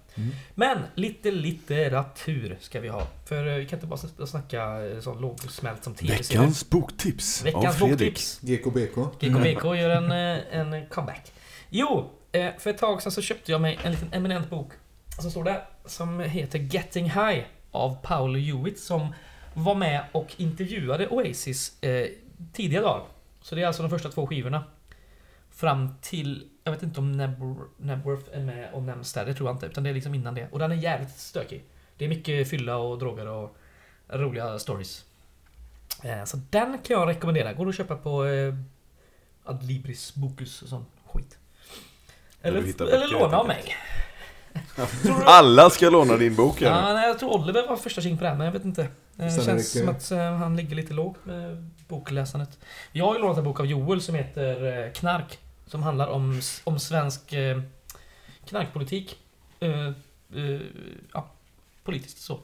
Men lite litteratur ska vi ha. För eh, vi kan inte bara sitta och snacka eh, sån lågsmält som tv-serie.
boktips
Veckans boktips.
GKBK.
GKBK gör en, eh, en comeback. Jo, eh, för ett tag sedan så köpte jag mig en liten eminent bok som står där. Som heter Getting High av Paolo Hewitt som var med och intervjuade Oasis eh, tidiga dagar. Så det är alltså de första två skivorna. Fram till, jag vet inte om Nebwor- Nebworth är med och nämns där, det tror jag inte. Utan det är liksom innan det. Och den är jävligt stökig. Det är mycket fylla och droger och roliga stories. Eh, Så den kan jag rekommendera. Går att köpa på eh, Adlibris, Bokus och sån skit. Eller,
Eller hitta
eller
böcker,
låna av
helt
mig.
enkelt.
[laughs] Tror du-
Alla ska låna din bok här nu.
Ja, nej, jag tror Oliver var första tjing på det här, men jag vet inte. Det
Sen är
känns
det
som
kul.
att eh, han ligger lite lågt med bokläsandet. Jag har ju lånat en bok av Joel som heter eh, Knark. Som handlar om, om svensk eh, knarkpolitik. Eh, eh, ja, politiskt så.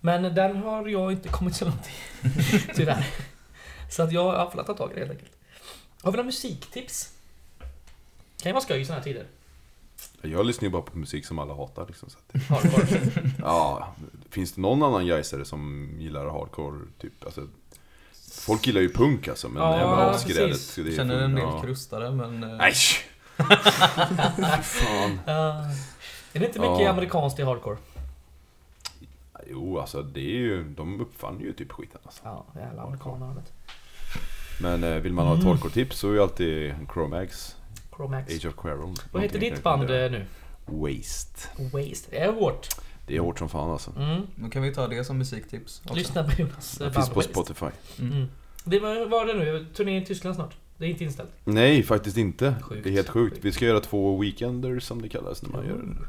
Men den har jag inte kommit så långt i, [laughs] tyvärr. Så att jag jag får ta tag i det helt enkelt. Har vi några musiktips? Kan ju vara skoj i såna här tider.
Jag lyssnar ju bara på musik som alla hatar liksom. Så att,
[laughs]
Hardcore.
ja, finns det någon annan jazzare som gillar hardcore typ? Alltså, folk gillar ju punk alltså, men
Ja,
jävla
precis.
avskrädet. så det är
Känner
fan-
en del
ja.
krustare men... eh,
Nej! [laughs] fan.
Ah. är det inte mycket
Ja.
amerikanskt i hardcore?
Jo, alltså det är ju, de uppfann ju typ skiten alltså.
Ja, jävla amerikaner. vet du.
Men eh, vill man ha ett
Mm.
hardcore-tips så är ju alltid Chromax,
Chromax.
Age of Quaron.
Vad heter ditt band eh, nu?
Waste.
Waste. Det är vårt.
Det är hårt som fan alltså.
Mm.
Då kan vi ta det som musiktips också.
Lyssna på Jonas. eh,
Det finns
band
på
Waste.
Spotify.
Mm. Det var, var det nu? Turnén i Tyskland snart. Det är inte inställt.
Nej, faktiskt inte.
Sjukt.
Det är helt sjukt. Vi ska göra två weekenders som det kallas när man gör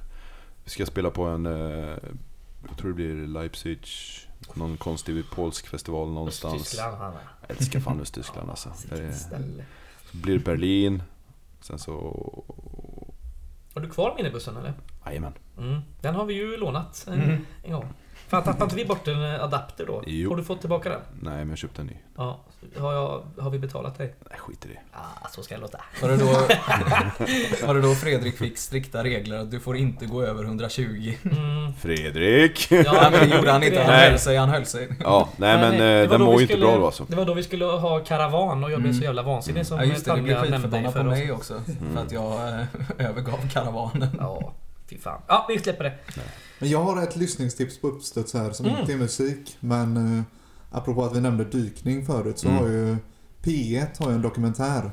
Vi ska spela på en, eh, jag tror det blir Leipzig, någon konstig polsk festival någonstans.
Tyskland, Hanna.
Jag älskar fan
[laughs]
Östtyskland alltså. Det
Sitt
är-
ställe.
blir Berlin, sen så...
Har du kvar minibussen eller?
Jajamän.
Mm. Den har vi ju lånat eh,
Mm.
en gång. Fan, tappade inte vi bort en eh, adapter då?
Jo.
Har du fått tillbaka den?
Nej, men jag köpte en ny.
Ja. Har, jag, har vi betalat dig?
Nej, skit i det.
Ah, så ska det låta.
Var det, då,
[laughs]
var det då Fredrik fick strikta regler att du får inte gå över 120? [laughs]
Mm.
Fredrik! [laughs]
Ja,
Nej men det
[laughs]
gjorde han inte, han
Nej.
höll sig, han höll sig.
Ja, nej men
det
eh,
var
den
då
mår
vi
ju inte
skulle-
bra då alltså.
Det var då vi skulle ha karavan och jag blev
Mm.
så jävla vansinnig som
Ja just det, du blev
Tanja
skitförbannad på
förra
mig också.
Mm.
För att jag eh, [laughs] övergav karavanen.
Ja, fy fan. Ja, vi släpper det.
Men jag har ett lyssningstips på uppstuds här som
Mm.
inte är musik. Men eh, apropå att vi nämnde dykning förut så
Mm.
har ju P1 har ju en dokumentär.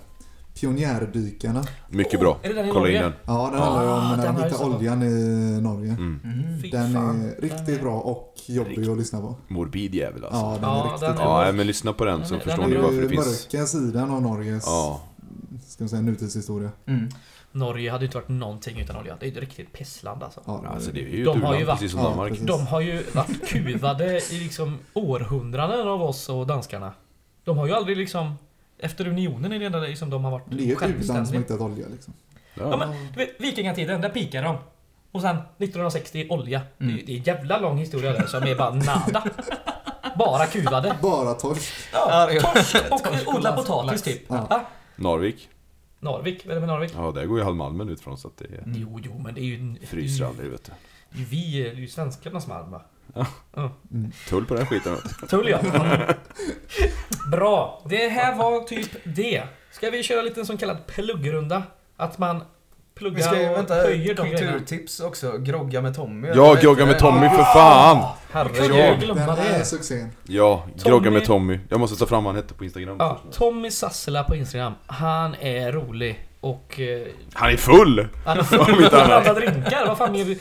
Pionjärdykarna.
Mycket
Åh,
bra.
Är det den i
Kolla in
Norge?
den.
Ja, den
Ah,
handlar ju om när
den har
de
jag
hittar
sett.
oljan i Norge.
Mm.
Mm.
Fy
Den
fan.
är riktigt bra och jobbig att lyssna på.
Morbid jävel
Ja,
alltså.
den
Ja,
är riktigt
den är-
bra.
Ja, nej, men lyssna på den så
Den är-
förstår
den är
ni
bra.
varför det finns...
mörka sidan av Norges
Ja.
ska man säga, nutidshistoria.
Mm.
Norge hade ju inte varit någonting utan olja. Det är ett riktigt pissland alltså.
Ja, det-
Alltså det är ju
De
ett
har ju
u-land
varit-
precis som
Ja,
Danmark.
precis.
De har ju varit kuvade i liksom århundraden av oss och danskarna. De har ju aldrig liksom... Efter unionen är det enda liksom de har
Men det är
varit
ett u-land som
självständiga.
har hittat olja liksom.
Ja,
Ja.
men, du vet, vikingatiden, där pikar de. Och sen 1960, olja.
Mm.
Det, är, det är en jävla lång historia där som är bara nada. Bara
[laughs]
kuvade.
Bara torsk.
Ja, det är-
Torsk
Torsk
och
och
odla
lax.
potatis
Lax.
typ.
Ja.
Ah,
Narvik.
Narvik, vad är det med Narvik?
Ja, där går ju halvmalmen ut från så att det
Mm.
Jo, jo, men det är ju...
fryser aldrig vet du.
det är ju Vi, det är ju svenskarnas malm va?
Tull på den
[laughs]
skiten. vet du.
Tull
[laughs]
ja. Bra. Det här var typ det. Ska vi köra lite en så kallad pluggrunda? Att man pluggar
Vi ska ju,
och
vänta,
höjer de grejerna.
kulturtips också. Grogga med Tommy.
Ja, grogga med Tommy
Ah!
för fan!
Kunde jag
Ja.
Den
glömma
här
det?
succén.
Ja,
Tommy- Ah.
grogga med Tommy. Jag måste ta fram vad han hette på Instagram.
Ja,
först.
Tommy Sassela på Instagram. Han är rolig och... Eh,
Han är full!
han
[laughs] Om inte
har [laughs]
annat.
pratat drinkar, vad fan är vi?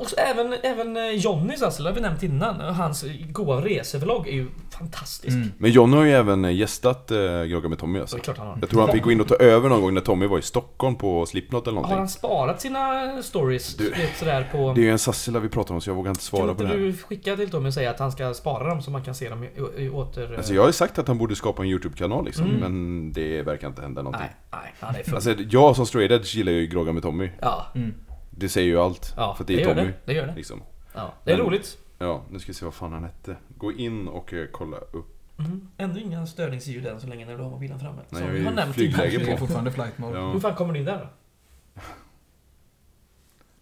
Och så även, även eh, Jonny Sassela har vi nämnt innan. Hans goa resevlogg är ju fantastisk.
Mm.
Men John har ju även gästat eh, Grogga med Tommy
Så
alltså.
det är klart han har.
Jag tror han fick gå in och ta över någon gång när Tommy var i Stockholm på Slipknot eller
Har
någonting.
han sparat sina stories?
Du-
Du vet sådär på...
Det är ju en Sassila vi pratar om så jag vågar inte
Kan
svara på
inte
det här.
du skicka till Tommy och säga att han ska spara dem så man kan se dem i, i, i åter...
Alltså jag har ju sagt att han borde skapa en YouTube-kanal liksom,
Mm.
men det verkar inte hända någonting.
Nej, nej, han är full.
Alltså jag som straight edge gillar ju Grogga med Tommy.
ja,
Mm.
Det säger ju allt.
ja,
för att det är
gör
Tommy.
det. Det gör det.
Liksom.
Ja, det är
Men-
roligt.
Ja, nu ska vi se vad fan han hette. Gå in och eh, kolla upp.
Mm. Ändå inga störningsljud än så länge när du har mobilen framme. Som
Nej, jag är
vi
i
har nämnt
flygläge.
innan.
Lägger
Det är
på.
fortfarande flight mode.
Hur
Ja. [laughs]
fan kommer du in där då?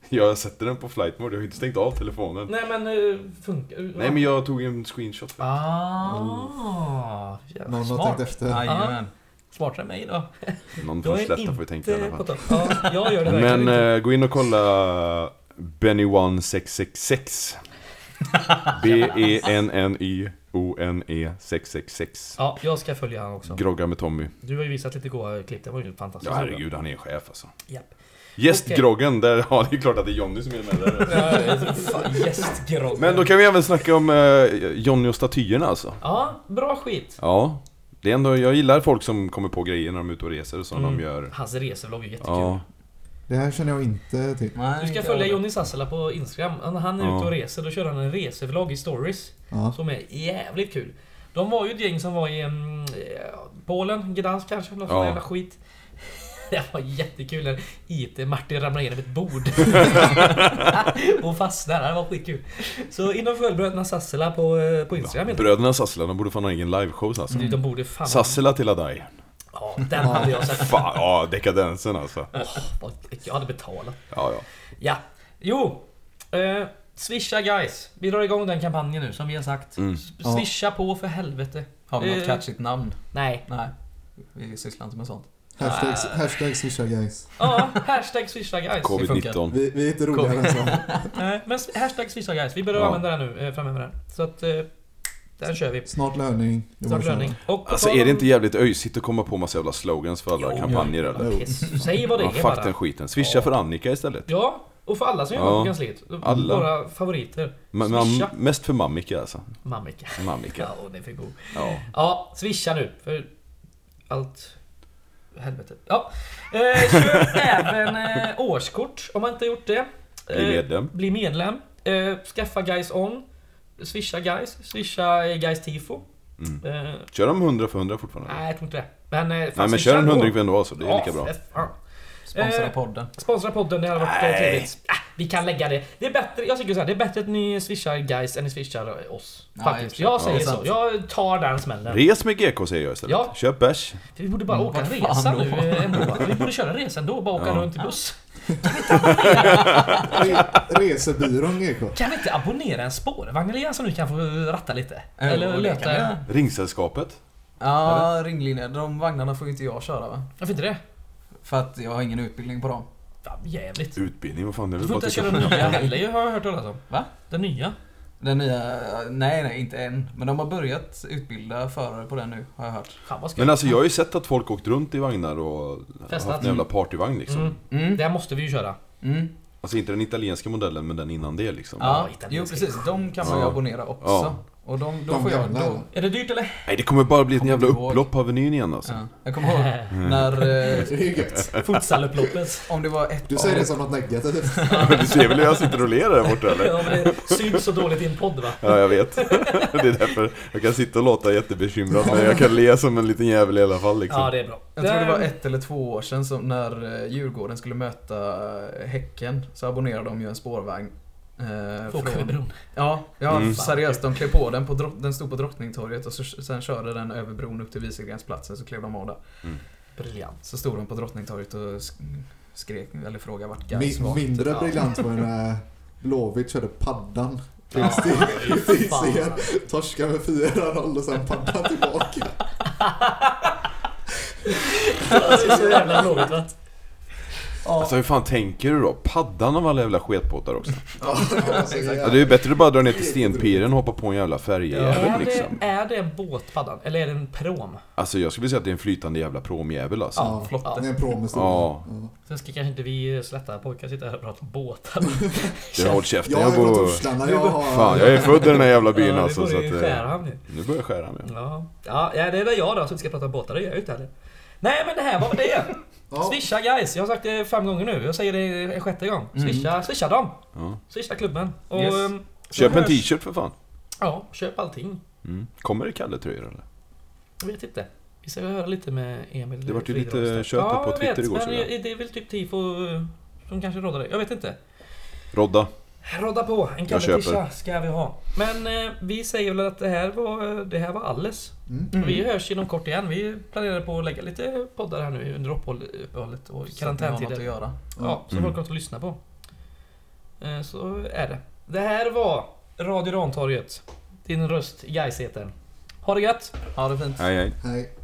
Jag sätter den på flight mode, jag har inte stängt av telefonen.
Nej men, eh, funkar...
Nej men jag tog en screenshot.
Ah, jävla
Någon har
smart.
tänkt efter.
Jajamän.
Smartare än mig då.
Någon
Jag är
förslätta får vi tänka i alla
inte på
fall.
topp. Ja, jag gör det verkligen
[laughs]
inte.
Men eh, gå in och kolla
[laughs]
Benny1666 E B-E-N-N-Y-O-N-E 666
Ja, jag ska följa han också.
Grogga med Tommy.
Du har ju visat lite goa klipp, det var ju fantastiskt.
Ja herregud, han är en chef alltså.
Japp.
Gästgroggen, där, [laughs] ja det är klart att det är Jonny som är med där.
Ja, fan, Gästgrogg.
Men då kan vi även snacka om eh, Jonny och statyerna alltså.
Ja, bra skit.
Ja, det är ändå, jag gillar folk som kommer på grejer när de är ute och reser och så när
Mm.
de gör...
Hans resevlogg är jättekul.
Ja,
Det här känner jag inte till.
Nej,
Du ska
inte
följa
jag.
Jonny Sassela på Instagram. När han är
Ja.
ute och reser, då kör han en resevlogg i stories.
Ja.
Som är jävligt kul. De var ju ett gäng som var i mm, eh, Polen, Gdansk kanske, något sån
Ja.
jävla skit. [laughs] Det var jättekul när IT-Martin ramlade genom ett
[laughs]
bord. och fastnade. Det var skitkul. Så in och följ bröderna Sassela på, eh, på Instagram helt
Bröderna Sassela, de borde fan ha en egen liveshow Sassela.
enkelt. Mm. De borde fan...
Sassela till Adai.
Ja, den hade jag sett.
Fan, ja dekadensen alltså.
Åh, vad- jag hade betalat.
Ja, ja.
Ja. Jo. Eh, swisha guys. Vi drar igång den kampanjen nu som vi har sagt.
Mm.
S- Swisha på för helvete.
Har vi
Eh,
något catchigt namn?
Nej.
Nej. Vi sysslar inte med sånt.
Hashtag, hashtag swisha guys.
Ja, hashtag swisha guys.
Covid-19.
Vi, vi är inte roligare än så.
Nej, Eh, men s- hashtag swisha guys. Vi börjar
Ja.
använda den nu eh, framöver. den. Så att... Eh, den kör vi.
Snart löning. Det var
[laughs] Snart löning. Och på
Alltså
tal
är det
om-
inte jävligt öjsigt att komma på massa jävla slogans för alla
Jo,
kampanjer eller?
Jo.
Piss. Säg vad det
Ja,
är
fuck den
bara.
skiten. Swisha för Annika istället.
Ja, och för alla som jobbar
Ja.
på kansliet.
Alla.
Våra favoriter.
Men,
Swisha.
men, mest för Mammika alltså.
Mammika.
Mammika.
Ja, och det är för god.
Ja.
Ja, swisha nu för allt helvete. Ja. Eh,
[laughs]
köp även eh, årskort om man inte gjort det. Eh,
Bli medlem.
Bli medlem. Eh, skaffa guys on. Swisha guys. Swisha eh, guys tifo.
Mm.
Eh,
Kör de 100 för 100 fortfarande?
nej, jag tror inte det. Men, eh, fan,
Nej men
swisha
kör en
ändå.
hundring för ändå alltså, det är
Ja,
lika bra.
för fan.
Sponsra
Eh,
podden.
Sponsra podden, det hade varit
Nej.
eh, trevligt. Ah, vi kan lägga det. Det är bättre, jag tycker så här, det är bättre att ni swishar guys än ni swishar oss.
Ja,
Faktiskt.
i och
jag
för sig.
säger
Ja,
så.
sant.
Jag tar den smällen.
Res med GK säger jag istället.
Ja.
Köp bärs.
Vi borde bara åka en
Mm, Vad fan
resa
då?
nu eh, ändå. Vi borde köra en resa ändå och bara åka
Ja.
runt i buss.
Re, resebyrån GK.
Kan vi inte abonnera en spårvagn eller en som nu kan få ratta lite?
Jo,
eller
Eh, det
leta
kan jag.
en...
Ringsällskapet.
Ja, ringlinjer. De vagnarna får ju inte jag köra va?
Varför inte det?
För att jag har ingen utbildning på dem.
Fan, jävligt.
Utbildning, vad fan det är
Du
väl
får
bara
inte
att
köra
köra
den nya heller har jag hört talas om.
Va?
Den nya?
Den nya... Nej, nej, inte än. Men de har börjat utbilda förare på den nu, har jag hört.
Fan vad skoj.
Men alltså jag har ju sett att folk åkt runt i vagnar och
Festat.
haft en jävla partyvagn liksom.
Mm.
Mm.
Det här måste vi ju köra.
Mm.
Alltså inte den italienska modellen men den innan det liksom.
Ja, jo
italienska
precis. De kan man ju
Ja.
abonnera också.
Ja.
Och de, då
De
får jag...
gamla,
Då,
eller?
Är det dyrt
[laughs]
eller?
Nej det kommer bara bli ett
Kommer
jävla
inte ihåg.
upplopp på Avenyn igen alltså.
ja. Jag kommer
[laughs]
ihåg när... Eh,
Det är ju gött.
Futsalupploppet.
om det var ett
Du säger det som något negativt.
[laughs] Du ser väl hur jag sitter och ler där borta eller?
[laughs] Ja, men det syns så dåligt i en podd va?
Ja jag vet. [laughs] Det är därför jag kan sitta och låta jättebekymrad men jag kan le som en liten jävel i alla fall liksom.
Ja, det är bra.
Jag tror det var ett eller två år sedan som när eh, Djurgården skulle möta eh, Häcken så abonnerade de ju en spårvagn. Eh,
Får åka över bron.
Ja, ja
Mm.
seriöst. De klev på den, på dro- den stod på Drottningtorget och så, sen körde den över bron upp till Wieselgrensplatsen så klev de av där.
Briljant.
Så stod de på Drottningtorget och sk- skrek eller frågade vart Gais
Min,
var.
mindre
Ja.
briljant var när Blåvitt körde paddan.
Ja,
Tills det gick till
fan.
ICN. Torska med 4-0 och sen paddan tillbaka.
Det är så jävla blåvigt va?
Alltså hur fan tänker du då? Paddan av alla jävla sketbåtar också.
Ja, det var så
Ja, det är ju
jävla-
bättre att bara dra ner till Stenpiren och hoppa på en jävla färjjävel
Är
liksom.
det, är det en båtpaddan eller är det en pråm?
Alltså jag skulle säga att det är en flytande jävla pråmjävel alltså.
Ja,
flotte.
Det är en prom
Ja.
ja.
Sen ska kanske inte vi eh, slätta pojkar sitta här och prata om båtar. [laughs]
Du håll käften,
Jag är
jag
från
bor...
Torslanda. Jag har...
Fan, jag är född i den här jävla byn
Ja,
alltså
det
så
vore ju
att... eh,
Skärhamn ju.
Nu börjar jag skära mig.
Ja. ja, ja, det är väl jag då som ska prata om båtar, det gör jag ju inte heller. Nej men det här var väl det.
Ja.
Swisha guys, jag har sagt det fem gånger nu. Jag säger det en sjätte gång.
Mm.
Swisha, swisha dem.
Ja.
Swisha klubben. Och,
Yes.
ehm, så
Köp en
hörs-
t-shirt för fan.
Ja, köp allting.
Mm. Kommer det Kalle-tröjor eller?
Jag vet inte. Vi ska höra lite med Emil.
Det vart ju
Fridrost
lite
där.
tjöt här på
jag
Twitter
vet,
igår, såg
Men det är väl typ tifo eh, som kanske råddar det. Jag vet inte.
Rodda.
Rodda på, en
Jag köper.
kalletisha ska vi ha. Men eh, vi säger väl att det här var, det här var alles.
Mm.
Vi hörs inom kort igen. Vi planerar på att lägga lite poddar här nu under uppehåll- uppehållet och
Så att ni har något att
karantäntider.
göra.
Ja, så
Mm.
folk har något att lyssna på. Eh, så är det. Det här var Radio Rantorget. Din röst i Gais-etern. Ha det gött!
Ha det fint.
Hej hej.
Hej.